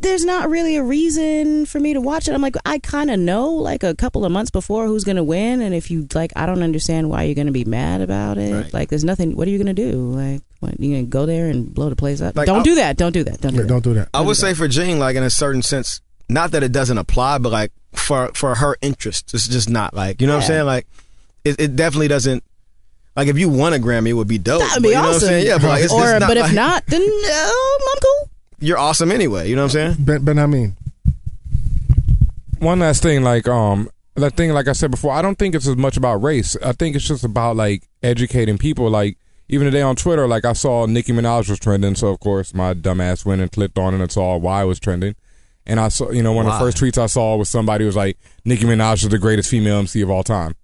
there's not really a reason for me to watch it. I'm like, I kind of know like a couple of months before who's gonna win, and if you like, I don't understand why you're gonna be mad about it.
Right.
Like, there's nothing. What are you gonna do? Like, what, you gonna go there and blow the place up?
Like,
don't
I'll-
do that. Don't do that. Don't do
Yeah,
that.
don't do that.
I would say for Gene, like in a certain sense, not that it doesn't apply, but like for for her interest, it's just not like you know what I'm
Yeah.
saying. Like it, it definitely doesn't. Like if you won a Grammy, it would be dope.
That would
but you
be
know what I'm
awesome.
saying? Yeah, but like, it's,
or,
it's not
but
like-
if not, then um, I'm cool.
you're awesome anyway. You know what I'm saying?
Ben, ben I mean,
one last thing, like um, that thing, like I said before, I don't think it's as much about race. I think it's just about like educating people. Like even today on Twitter, like I saw Nicki Minaj was trending, so of course my dumbass went and clicked on it and saw why it was trending. And I saw, you know, one of the
Why?
first tweets I saw was somebody was like, "Nicki Minaj is the greatest female MC of all time."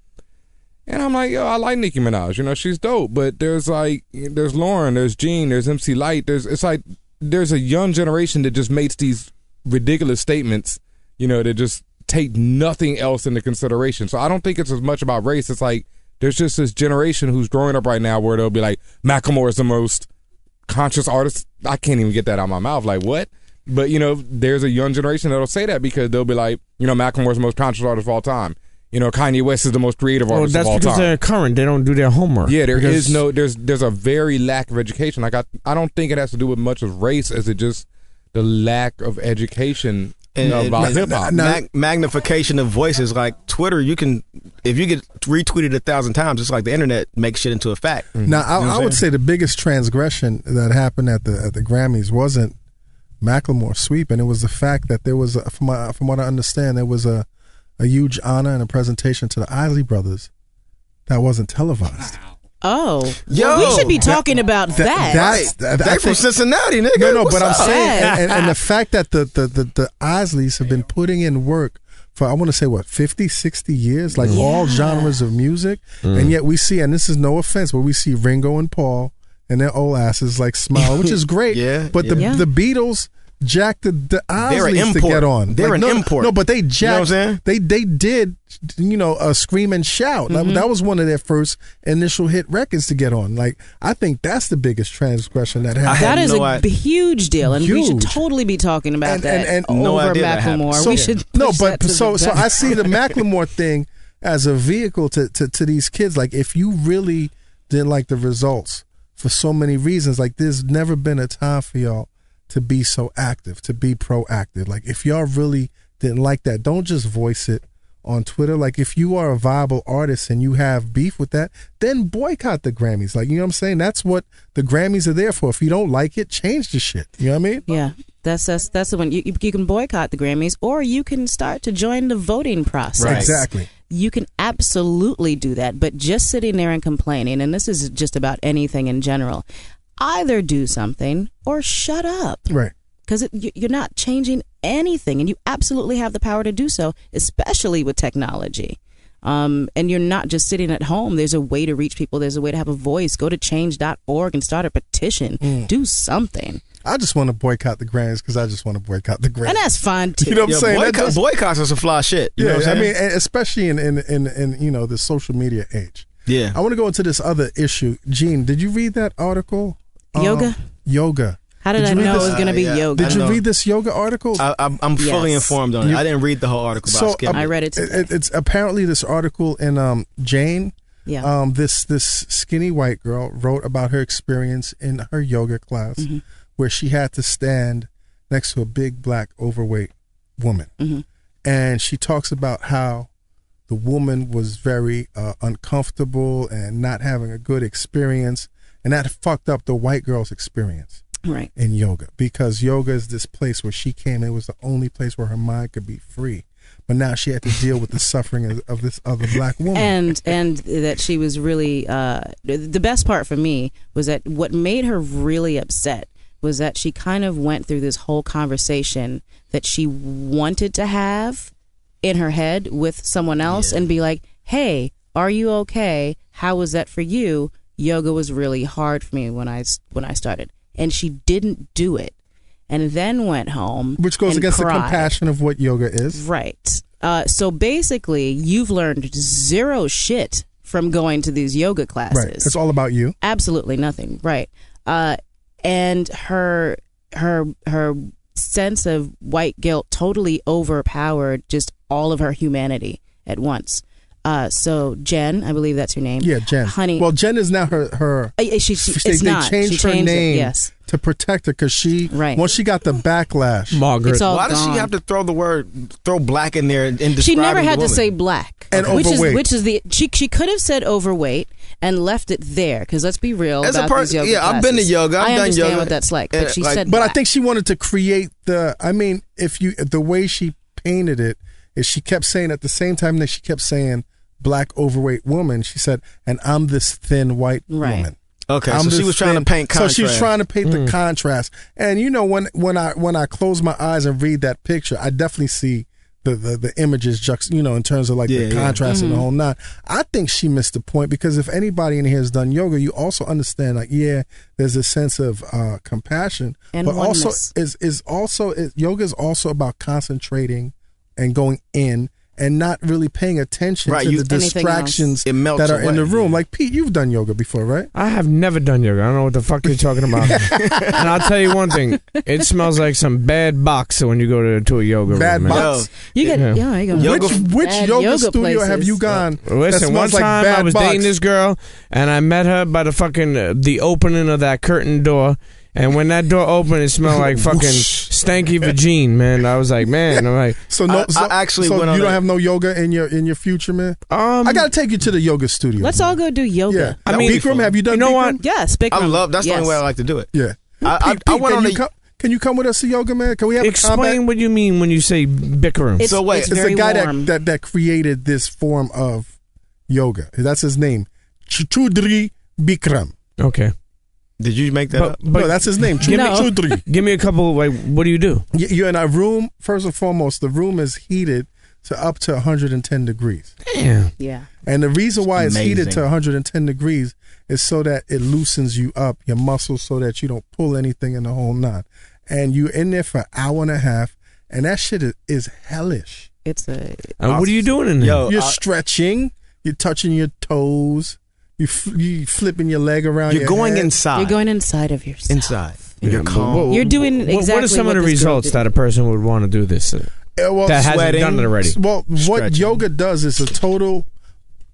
And I'm like, yo, I like Nicki Minaj. You know, she's dope. But there's like, there's Lauren, there's Gene, there's MC Light. There's it's like there's a young generation that just makes these ridiculous statements. You know, that just take nothing else into consideration. So I don't think it's as much about race. It's like there's just this generation who's growing up right now where they'll be like, Macklemore is the most conscious artist. I can't even get that out of my mouth. Like what? But you know, there's a young generation that'll say that because they'll be like, you know, Macklemore's the most conscious artist of all time. You know, Kanye West is the most creative
Well,
artist
that's
of all
because
time.
they're current. They don't do their homework.
Yeah, there is
Because-
no there's there's a very lack of education. Like I I don't think it has to do with much of race as it just the lack of education uh,
And- and-
about
and-
hip hop.
Mag- magnification of voices like Twitter. You can if you get retweeted a thousand times, it's like the internet makes shit into a fact.
now I, I would say the biggest transgression that happened at the at the Grammys wasn't Macklemore sweeping. It was the fact that there was, a, from my, from what I understand, there was a a huge honor and a presentation to the Isley Brothers that wasn't televised.
Oh,
Yo!
we should be talking about
Th-
that.
That's that,
They
I
from
think-
Cincinnati, nigga.
No, no,
What's
but I'm
up?
saying,
Yeah.
and, and the fact that the the, the the Isleys have been putting in work for I want to say what 50, 60 years, like all genres of music, and yet we see, and this is no offense, but we see Ringo and Paul and their old asses like smile, which is great.
Yeah,
but the
yeah.
the Beatles jacked the, the
They're an
Osleys to
import.
get on.
They're an
no,
import.
No, but they
You know what I'm
jacked.
saying?
They they did, you know, uh, scream and shout.
Mm-hmm.
That, that was one of their first initial hit records to get on. Like I think that's the biggest transgression that happened.
That
had
is
no
a
i-
b- huge deal, and we should
Huge.
totally be talking about
And-
that
and- and-
No
over
idea that happened.
Macklemore.
So-
we should
no,
push that
but
to
so
the
so I
death.
see the Macklemore thing as a vehicle to, to to these kids. Like if you really didn't like the results for so many reasons, like there's never been a time for y'all to be so active, to be proactive. Like if y'all really didn't like that, don't just voice it on Twitter. Like if you are a viable artist and you have beef with that, then boycott the Grammys. Like you know what I'm saying? That's what the Grammys are there for. If you don't like it, change the shit. You know what I mean?
Yeah, that's that's that's the one. You, you you can boycott the Grammys, or you can start to join the voting process.
Exactly.
You can absolutely do that, but just sitting there and complaining, and this is just about anything in general. Either do something or shut up,
Right.
because you're not changing anything, and you absolutely have the power to do so, especially with technology. Um, and you're not just sitting at home. There's a way to reach people. There's a way to have a voice. Go to change.org and start a petition.
Mm.
Do something,
I just want to boycott the Grammys because I just want to boycott the Grammys.
and that's fine too.
you know what I'm
Yeah,
saying? That
boycott,
just-
boycotts are some fly shit. You
yeah,
know what
I
I'm
mean,
saying?
and especially in in, in in you know the social media age.
yeah.
I want to go into this other issue. Gene, did you read that article? Um,
Yoga?
yoga.
How did,
Did
I
you read
know
this-
it was going to be
Uh, yeah.
yoga?
Did
I
you
know.
read this yoga article?
I, I'm, I'm fully
Yes.
informed on it.
You-
I didn't read the whole article, but I
So,
skipped
I
it.
read it
It-
today.
it- it's apparently this article in um, Jane.
yeah.
Um, this this skinny white girl wrote about her experience in her yoga class,
Mm-hmm.
where she had to stand next to a big black overweight woman,
Mm-hmm.
and she talks about how the woman was very uh, uncomfortable and not having a good experience, and that fucked up the white girl's experience
right.
in yoga because yoga is this place where she came. It was the only place where her mind could be free, but now she had to deal with the suffering of, of this other black woman.
And and that she was really uh, th- the best part for me was that what made her really upset was that she kind of went through this whole conversation that she wanted to have in her head with someone else and be like, "Hey, are you okay? How was that for you? Yoga was really hard for me when I s- when I started." And she didn't do it. And then went home
which goes
and
against the
cried.
compassion of what yoga is.
Right. Uh, so basically, you've learned zero shit from going to these yoga classes.
Right. It's all about you.
Absolutely nothing. Right. Uh, and her her her sense of white guilt totally overpowered just all of her humanity at once. Uh, so Jen, I believe that's her name.
Yeah, Jen.
Honey.
Well, Jen is now her her.
Uh, yeah, she, she,
they,
it's
they
not.
changed
she
her
changed
name
It. Yes.
to protect her because she
Right.
once she got the backlash.
Margaret.
It's all
Why does
gone.
she have to throw the word throw black in there and describe
she never had
the
to
woman?
say black
And
which
overweight.
is which is the she she could have said overweight and left it there because let's be real
As a
about these
person,
yoga
yeah, I've been to
classes.
yoga. I've
I
done
understand
yoga.
what that's like, but
And,
she
like,
said.
But I
black.
think she wanted to create the. I mean, if you the way she painted it is she kept saying at the same time that she kept saying black overweight woman. She said, "And I'm this thin white
Right.
woman."
Okay,
I'm
so she
this
was trying
thin-
to paint
So
contrast.
she was trying to paint
Mm.
the contrast. And you know, when when I when I close my eyes and read that picture, I definitely see the the, the images juxt, you know, in terms of like
Yeah,
the
yeah.
contrast and the whole nine. I think she missed the point because if anybody in here has done yoga, you also understand like, yeah, there's a sense of uh compassion.
And
but
oneness.
also is is also is, yoga is also about concentrating and going in and not really paying attention
Right,
to
you-
the
Anything else.
distractions
It melts
that are in the
away.
room. Like Pete, you've done yoga before, right?
I have never done yoga. I don't know what the fuck you're talking about. and I'll tell you one thing: it smells like some bad box when you go to, to a yoga
Bad
room. man.
box?
Yo,
you get
Yeah.
yeah, you go
Yoga-
Which, which
Bad
yoga,
yoga
studio have
places.
you gone? that
Uh, Listen, one
smells like
time
bad
I was
box?
dating this girl, and I met her by the fucking uh, the opening of that curtain door. And when that door opened, it smelled like fucking stanky vagine, man. I was like, man, I'm like,
So no,
I-
so,
I actually
so
went on
you don't
a-
have no yoga in your in your future, man.
um,
I gotta take you to the yoga studio.
let's all go do
Yeah,
yoga.
I
mean-
Bikram, have you done?
You
Bikram?
know what?
Yes, big.
I
room.
love. That's the only
Yes.
way I like to do it.
Yeah,
I- I-
Pete,
I
Pete,
went
can
on
you
a-
come? Can you come with us to yoga, man? Can we have a combat?
explain what you mean when you say bickering.
It's,
So wait,
it's,
It's
very
the guy
warm.
that, that that created this form of yoga. That's his name, Ch- Chudri Bikram.
okay,
Did you make that
but,
up?
Uh, but
no, that's his name, Chud-
Give me-
Chudri.
give me a couple. Like, what do you do?
Y- You're in a room. First and foremost, the room is heated, to up to 110 degrees.
Damn.
Yeah.
And the reason why it's heated to
Amazing.
110 degrees is so that it loosens you up, your muscles, so that you don't pull anything in the whole nine. And you're in there for an hour and a half, and that shit is, is hellish.
It's a
Uh,
And Uh, what are you doing in there?
Yo,
Mm-hmm.
uh,
you're
I-
stretching, you're touching your toes, you fl- you flipping your leg around.
You're
your
going
head.
inside.
you're going inside of yourself.
inside.
Yeah,
You're
but
calm.
what-
You're doing
what- What
exactly
are some
what
of the
this girl
results
did.
that a person would want to do this? uh,
Oh,
Uh, well,
that
sweating,
hasn't done it already.
Well, what
Stretching.
yoga does is a total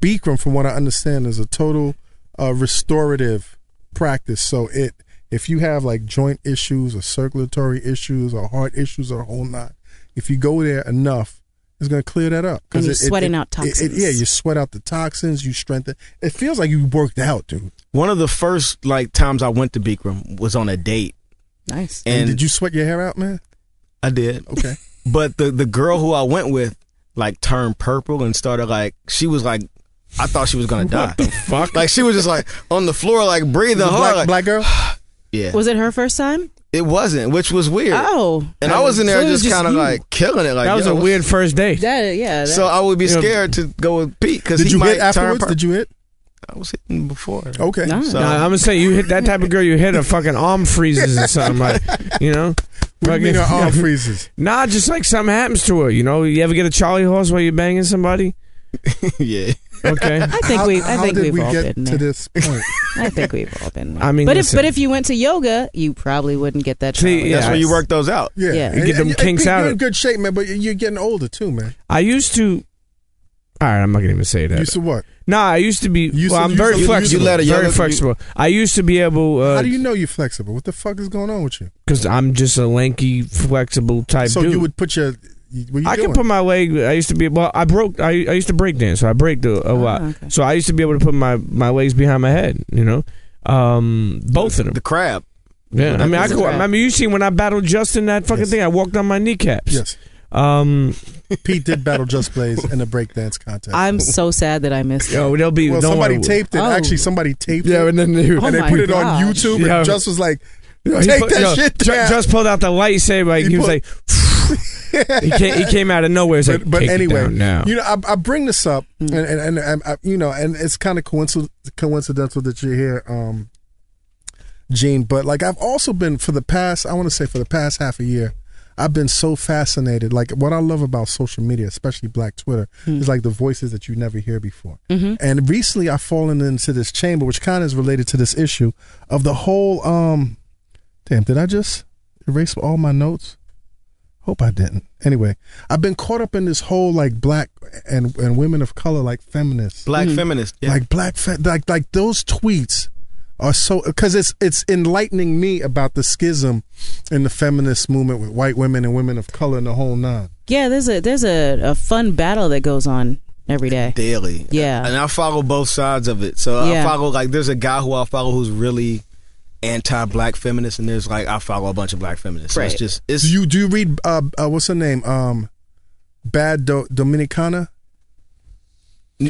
Bikram, from what I understand, is a total uh, restorative practice. So it, if you have like joint issues or circulatory issues or heart issues or a whole lot, if you go there enough, it's gonna clear that up.
And you're sweating out
it- it-
toxins.
yeah, you sweat out the toxins. You strengthen. It feels like you worked out, dude.
One of the first like times I went to Bikram was on a date,
Nice.
And,
and
did you sweat your hair out, man?
I did.
Okay.
But the the girl who I went with like turned purple and started like she was like I thought she was gonna die.
fuck?
Like she was just like on the floor like breathing hard.
black,
like-
black girl.
yeah,
Was it her first time?
it wasn't, which was weird.
Oh.
And I was in there
So it was
just kind of
you.
like killing it. Like
that was
yo,
a
what's-
weird first date.
That, yeah. That,
So I would be
Yeah.
scared to go with Pete because
Did
he
you
might
hit afterwards?
Turn per-
Did Oh. you hit?
I was hitting before.
Okay.
Nice.
So-
Nah, Uh, I'm gonna say you hit that type of girl, you hit her fucking arm freezes or something like, you know.
What do you mean
Fucking-
her arm freezes?
Nah, just like something happens to her. You know, you ever get a Charlie horse while you're banging somebody?
yeah.
Okay.
I think
How-
we. I
how
think
did
we've
we
all
get
been
to
there.
this point?
I think we've all been there.
I mean,
but
listen.
if but if you went to yoga, you probably wouldn't get that.
See,
Charlie
yeah,
That's where
horse.
you work those out.
Yeah,
Yeah.
You get them
And- and
kinks
you're
out.
in good shape, man, but you're getting older too, man.
I used to. All right, I'm not gonna even say that.
You said what?
nah, I used to be.
You
well,
said-
I'm
you
very
said- you
flexible.
let a
very
yoga-
flexible. I used to be able
How
because
do you know you're flexible? What the fuck is going on with you?
I'm just a lanky, flexible type
so
dude.
you would put your. you- What you
I
doing?
can put my leg. I used to be. Well, I broke. I, I used to break dance, so I break a, a lot.
okay.
So I used to be able to put my my legs behind my head. You know, um, both of them.
The crab.
Yeah, I mean, I,
That's
could,
right.
I mean, you seen when I battled Justin that fucking
Yes.
thing? I walked on my kneecaps.
Yes,
Um.
Pete did battle just plays in a breakdance contest.
I'm so sad that I missed. it.
Yo, they'll be.
well,
don't
somebody
worry.
taped it.
Oh.
Actually, somebody taped
Yeah,
it,
and then they,
Oh
and they
my
put it on
God.
YouTube.
Yeah.
And Just was like,
yo, he
take
put-
that
yo,
shit
Ju-
down.
Just pulled out the lightsaber. He,
He
was
put-
like, he, came, he came out of nowhere. He's like,
but, but
"Take it
anyway,
down now.
you know, I, I bring this up, and and, and, and I, you know, and it's kind of coincidental, coincidental that you're here, um, Gene. But like, I've also been for the past, I want to say, for the past half a year, I've been so fascinated. Like, what I love about social media, especially Black Twitter, is like the voices that you never hear before. And recently, I've fallen into this chamber, which kind of is related to this issue of the whole. um Damn, did I just erase all my notes? Hope I didn't. Anyway, I've been caught up in this whole like black and and women of color like feminists,
Black feminist. Yeah.
like black fe- like like those tweets are so because it's it's enlightening me about the schism in the feminist movement with white women and women of color and the whole nine.
Yeah, there's a there's a, a fun battle that goes on every day.
daily.
Yeah.
And I follow both sides of it. So
Yeah.
I follow like there's a guy who I follow who's really anti-black feminist, and there's like I follow a bunch of black feminists. So it's
Right.
just it's
Do you do you read uh, uh what's her name um Bad Do- Dominicana?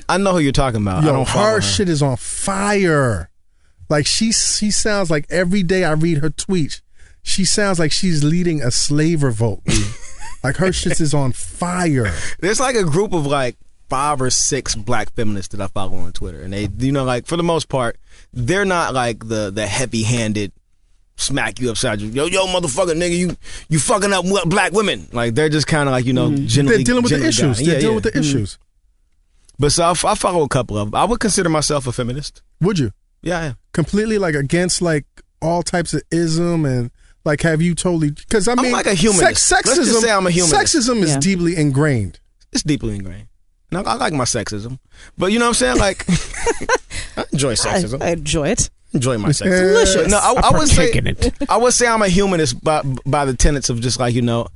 I know who you're talking about. I
Yo,
don't follow
her,
her.
shit is on fire. Like she she sounds like every day I read her tweets, she sounds like she's leading a slave revolt.
Mm.
like her shit is on fire.
There's like a group of like five or six black feminists that I follow on Twitter, and they, you know, like for the most part, they're not like the the heavy handed smack you upside you, yo yo motherfucker nigga you you fucking up wh- black women. Like they're just kind of like you know generally
Mm-hmm. They're dealing with the
generally
issues.
down.
They're
Yeah,
dealing
yeah. Mm.
with the issues.
But so I, f- I follow a couple of. 'em. I would consider myself a feminist.
Would you
Yeah, I am.
completely like against like all types of ism and like have you totally? Because I
I'm
mean,
like a humanist.
sex- sexism.
Let's just say I'm a humanist.
Sexism is
Yeah.
deeply ingrained.
it's deeply ingrained. And I, I like my sexism, but you know what I'm saying? Like, I enjoy
I,
sexism.
I enjoy it.
enjoy my sexism.
Delicious.
But no, I, I would say
Kicking it.
I would say I'm a humanist by by the tenets of just like you know,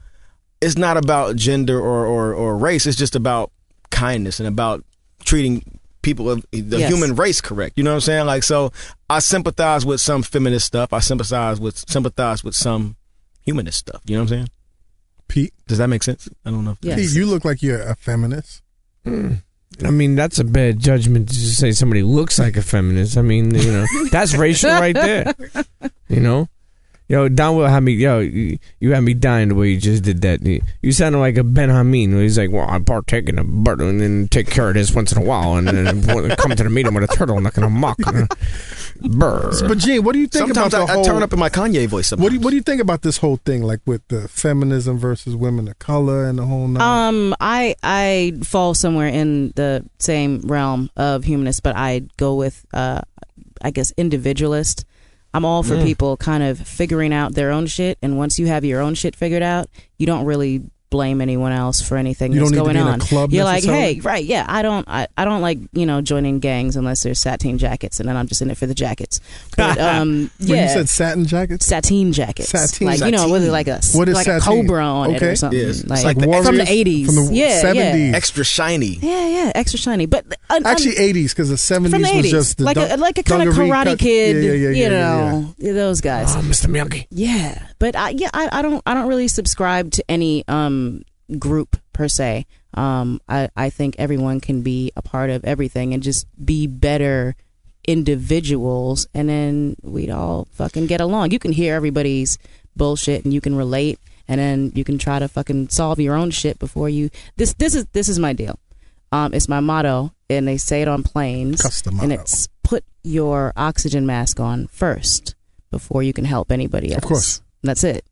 it's not about gender or or, or race. It's just about kindness and about treating people of the
Yes.
human race correct. You know what I'm saying? Like so, I sympathize with some feminist stuff. I sympathize with sympathize with some humanist stuff. You know what I'm saying?
Pete,
Does that make sense? I don't know. If
Yes.
Pete, you look like you're a feminist.
I mean, that's a bad judgment to just say somebody looks like a feminist. I mean, you know, that's racial right there. You know, Yo, Don Will had me. Yo, you you had me dying the way you just did that. You- You sounded like a Ben Hameen. where He's like, well, I partake in a bird and then take care of this once in a while, and then come to the meeting with a turtle and a mock. Bird.
But Gene, what do you think
Sometimes I,
about the
I
whole?
turn up in my Kanye voice. Sometimes.
what do you, What do you think about this whole thing, like with the feminism versus women of color and the whole? Nine?
Um, I I fall somewhere in the same realm of humanist, but I go with uh, I guess individualist. I'm all for people kind of figuring out their own shit, and once you have your own shit figured out, you don't really blame anyone else for anything
You
that's
don't need to
going
be in a
on.
club
You're like,
necessarily?
hey, right, yeah, I don't, I, I don't like you know joining gangs unless there's sateen jackets, and then I'm just in it for the jackets. But um,
When you
yeah,
said satin jackets,
sateen jackets,
Sateen.
like you know, with
Sateen.
like a
What is
like a
sateen?
cobra on it
Okay.
or something,
Yes. It's
like,
like the
from the
Warriors,
eighties,
from the
yeah, yeah.
70s.
Extra shiny.
Yeah, yeah, extra shiny. But uh,
actually eighties, because the
um,
seventies
from the
was
eighties,
just the
like
dun-
a like a kind of
dungaree
Karate
cut-
Kid,
Yeah, yeah, yeah,
you
yeah, yeah, yeah.
know, those guys.
Oh, Mr. Miyagi.
yeah, but I yeah I, I don't I don't really subscribe to any um group per se. Um, I I think everyone can be a part of everything and just be better individuals, and then we'd all fucking get along. You can hear everybody's bullshit and you can relate, and then you can try to fucking solve your own shit before you. This this is this is my deal. Um, it's my motto, and they say it on planes.
Custom
and
motto.
it's put your oxygen mask on first before you can help anybody else.
Of course.
And that's it.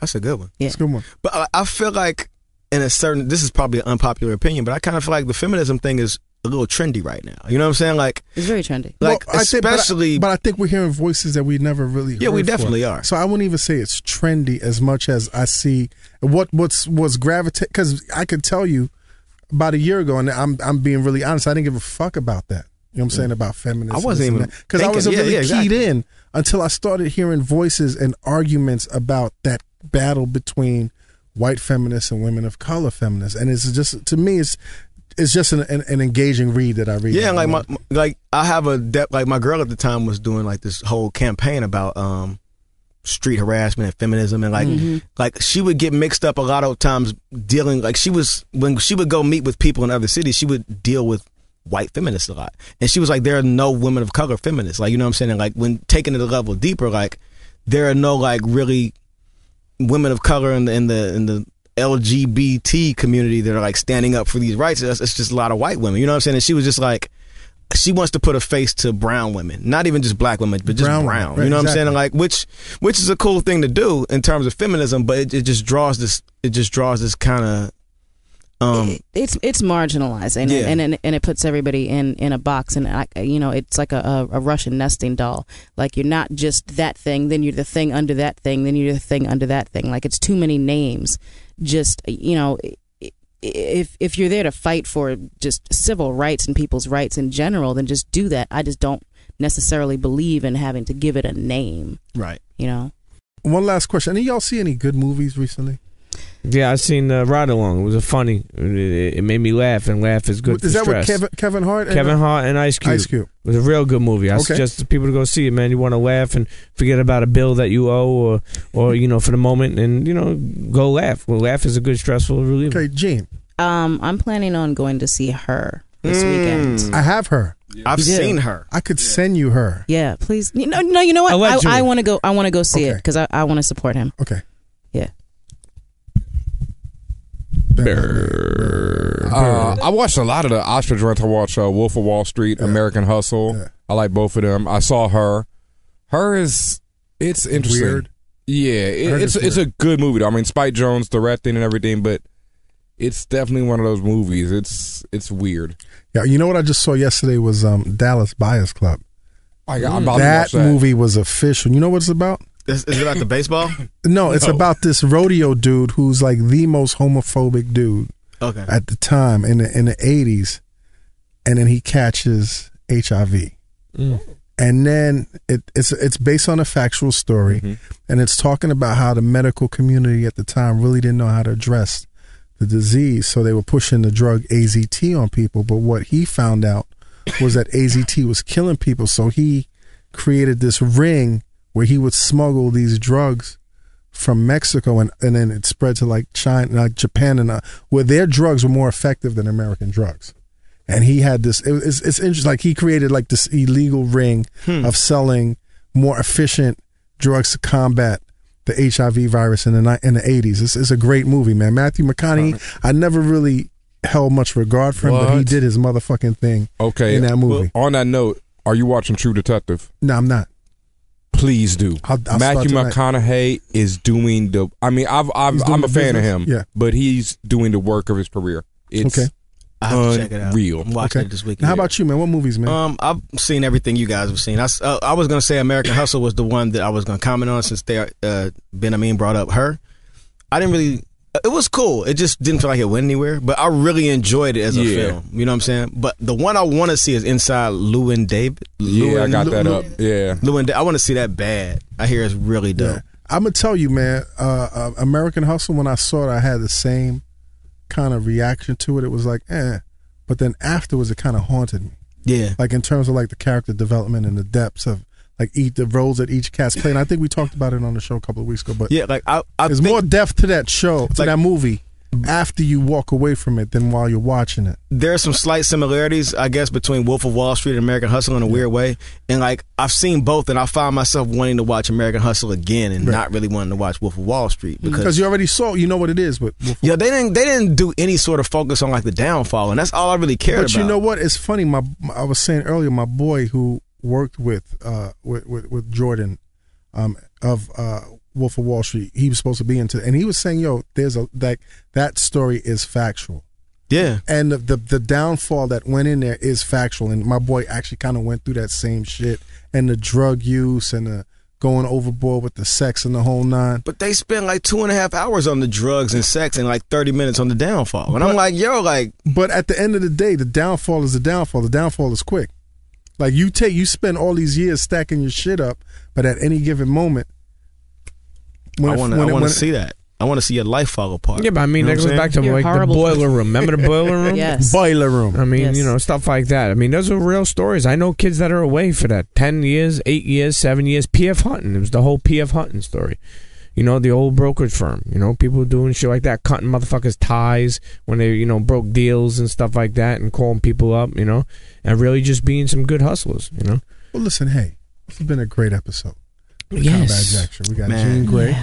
That's a good one.
It's a good one.
But I, I feel like, in a certain, this is probably an unpopular opinion, but I kind of feel like the feminism thing is a little trendy right now. You know what I'm saying? Like,
It's very trendy.
like
Well, I think- but I-
especially.
but I, think we're hearing voices that we never really.
Yeah, we
heard
definitely
for.
are.
So I wouldn't even say it's trendy as much as I see what what's what's gravitate because I could tell you about a year ago, and I'm I'm being really honest. I didn't give a fuck about that. You know what I'm saying about feminism?
Mm. I wasn't even
because I
thinking.
wasn't
Yeah,
really
yeah,
keyed
exactly.
in until I started hearing voices and arguments about that battle between white feminists and women of color feminists, and it's just to me it's it's just an, an, an engaging read that I read.
Yeah,
at the
like my,
moment.
my- like I have a de- like my girl at the time was doing like this whole campaign about um street harassment and feminism and like like she would get mixed up a lot of times dealing like she was when she would go meet with people in other cities she would deal with white feminists a lot and she was like there are no women of color feminists like you know what I'm saying and, like when taking it a level deeper like there are no like really women of color in the in the in the LGBT community that are like standing up for these rights. It's, it's just a lot of white women. You know what I'm saying? And she was just like, she wants to put a face to brown women, not even just black women, but just
Brown
brown.
women, right,
you know what I'm
exactly.
saying? Like, which which is a cool thing to do in terms of feminism, but it, it just draws this. It just draws this kind of. Um,
It- it's it's marginalized and, it
Yeah.
and and and it puts everybody in in a box and I, you know it's like a, a, a Russian nesting doll like you're not just that thing then you're the thing under that thing then you're the thing under that thing like it's too many names just you know i- if if you're there to fight for just civil rights and people's rights in general then just do that I just don't necessarily believe in having to give it a name
right.
you know
One last question. Any y'all see any good movies recently?
Yeah, I seen uh, Ride Along. It was a funny. It, it made me laugh, and laugh is good.
Is
for
that
stress.
with Kevin Kevin Hart? and- uh,
Kevin Hart and Ice Cube.
Ice Cube.
It was a real good movie. I
Okay.
suggest people to go see it, man. You want to laugh and forget about a bill that you owe, or, or you know, for the moment, and you know, go laugh. Well, laugh is a good stressful reliever.
Okay, Gene.
um I'm planning on going to see her this
Hmm.
weekend
Mm.
I have her.
I've
You do.
seen her.
I could send you her.
Yeah, please. You know, no, you know what?
Allegedly.
I, I want to go. I want to go see it
Okay.
because I, I want to support him.
Okay.
Yeah.
Uh, I watched a lot of the Oscar joints. I watched uh, Wolf of Wall Street, American Hustle.
Yeah.
I like both of them. I saw her. Her is it's interesting.
Weird.
Yeah, it-
Her
it's
is
it's a
weird.
good movie. Though. I mean, Spike Jones directing and everything, but it's definitely one of those movies. It's it's weird.
Yeah. You know what I just saw yesterday was um, Dallas Buyers Club.
Oh, I, I'm
Mm.
about to
that,
watch that
movie was official. You know what it's about?
Is, is it about the baseball?
No, it's about this rodeo dude who's like the most homophobic dude
Okay.
at the time in the in the eighties, and then he catches HIV, and then it, it's it's based on a factual story, and it's talking about how the medical community at the time really didn't know how to address the disease, so they were pushing the drug AZT on people. But what he found out was that AZT was killing people, so he created this ring where he would smuggle these drugs from Mexico and, and then it spread to like China, like Japan, and uh, where their drugs were more effective than American drugs. And he had this. It, it's it's interesting. Like he created like this illegal ring of selling more efficient drugs to combat the HIV virus in the ni- in the eighties. It's, it's a great movie, man. Matthew McConaughey. I never really held much regard for him, but he
What?
did his motherfucking thing.
Okay.
in that movie.
On that note, are you watching True Detective?
No, I'm not.
Please do.
I'll- I'll
Matthew
start
McConaughey is doing the. I mean, I've, I've
He's doing
I'm a
the
fan
business?
of him.
Yeah.
but he's doing the work of his career. It's
Okay.
I have to check it out.
Unreal.
I'm watching
Okay.
it this weekend.
Now, how about you, man? What movies, man?
Um, I've seen everything you guys have seen. I, s- uh, I was gonna say American Hustle was the one that I was gonna comment on since they uh, Ben Amin brought up her. I didn't really. uh, It was cool. It just didn't feel like it went anywhere. But I really enjoyed it as a
Yeah.
film. You know what I'm saying? But the one I want to see is Inside Lewin David.
yeah, I got that
Lu-
up. Yeah,
Lewin. Da- I want to see that bad. I hear it's really dope.
I'm gonna tell you, man. Uh, uh, American Hustle. When I saw it, I had the same kind of reaction to it. It was like, eh. But then afterwards, it kind of haunted me.
Yeah.
Like in terms of like the character development and the depths of like each the roles that each cast play. And I think we talked about it on the show a couple of weeks ago. But
Yeah. Like I. I
there's
think-
more depth to that show, to
Like-
that movie, after you walk away from it than while you're watching it.
there are some slight similarities, I guess, between Wolf of Wall Street and American Hustle in a weird way. And like I've seen both, and I found myself wanting to watch American Hustle again, and not really wanting to watch Wolf of Wall Street
Because
because
you already saw, you know what it is. But
yeah, they didn't they didn't do any sort of focus on like the downfall, and that's all I really cared
but
about.
you know what? It's funny. My, my- I was saying earlier, my boy who worked with uh with with, with Jordan, um of uh Wolf of Wall Street, he was supposed to be into, and he was saying, "Yo, there's a like that story is factual."
yeah,
and the, the the downfall that went in there is factual. And my boy actually kind of went through that same shit and the drug use and the going overboard with the sex and the whole nine.
but they spent like two and a half hours on the drugs and sex, and like thirty minutes on the downfall, and I'm like, yo, like
But at the end of the day, the downfall is the downfall. The downfall is quick. Like you take you spend all these years stacking your shit up, but at any given moment,
I
it-
want to
when
I
it-
want
when
to
it-
see that. I want to see your life fall apart.
Yeah, but I mean,
You know
that
what
goes
I'm
back to
You're
like the
horrible.
boiler room. Remember the boiler room?
Yes.
boiler room.
I mean,
Yes.
you know, stuff like that. I mean, those are real stories. I know kids that are away for that 10 years, 8 years, 7 years. PF Hunting. It was the whole PF Hunting story. You know, the old brokerage firm. You know, people doing shit like that, cutting motherfuckers' ties when they, you know, broke deals and stuff like that and calling people up, you know, and really just being some good hustlers, you know?
Well, listen, hey, this has been a great episode. of
Yes.
Combat Jackson. We got
Man.
Gene Gray.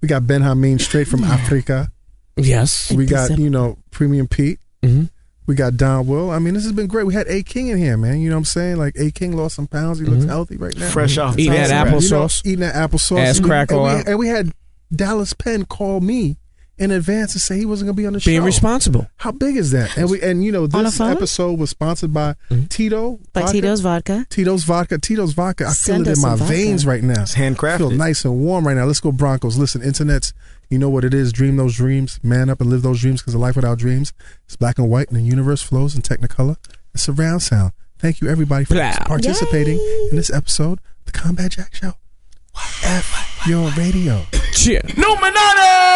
We got Ben Hameen straight from Africa.
Yes.
We got,
Except-
you know, Premium Pete.
hmm
We got Don Will. I mean, this has been great. We had A King in here, man. You know what I'm saying? Like A King lost some pounds. He looks
Mhm.
healthy right now.
Mm-hmm. Fresh off
Eat that
Thompson
You know,
applesauce.
eating that applesauce.
Ass
And we-
crack
and
all
we,
out.
And we had Dallas Penn call me in advance to say he wasn't gonna be on the show.
Being responsible.
How big is that? And we and you know
On
this
a phone?
episode was sponsored by Tito.
By
Vodka.
Tito's Vodka.
Tito's vodka. Tito's vodka. I feel
Send
it
us
in my
some vodka.
veins right now.
It's handcrafted.
I feel nice and warm right now. Let's go Broncos. Listen, internets, you know what it is. Dream those dreams. Man up and live those dreams because a life without dreams is black and white and the universe flows in technicolor. It's surround sound. Thank you everybody for
Blah.
participating in this episode of the Combat Jack Show. F your radio.
Cheer.
Numinati!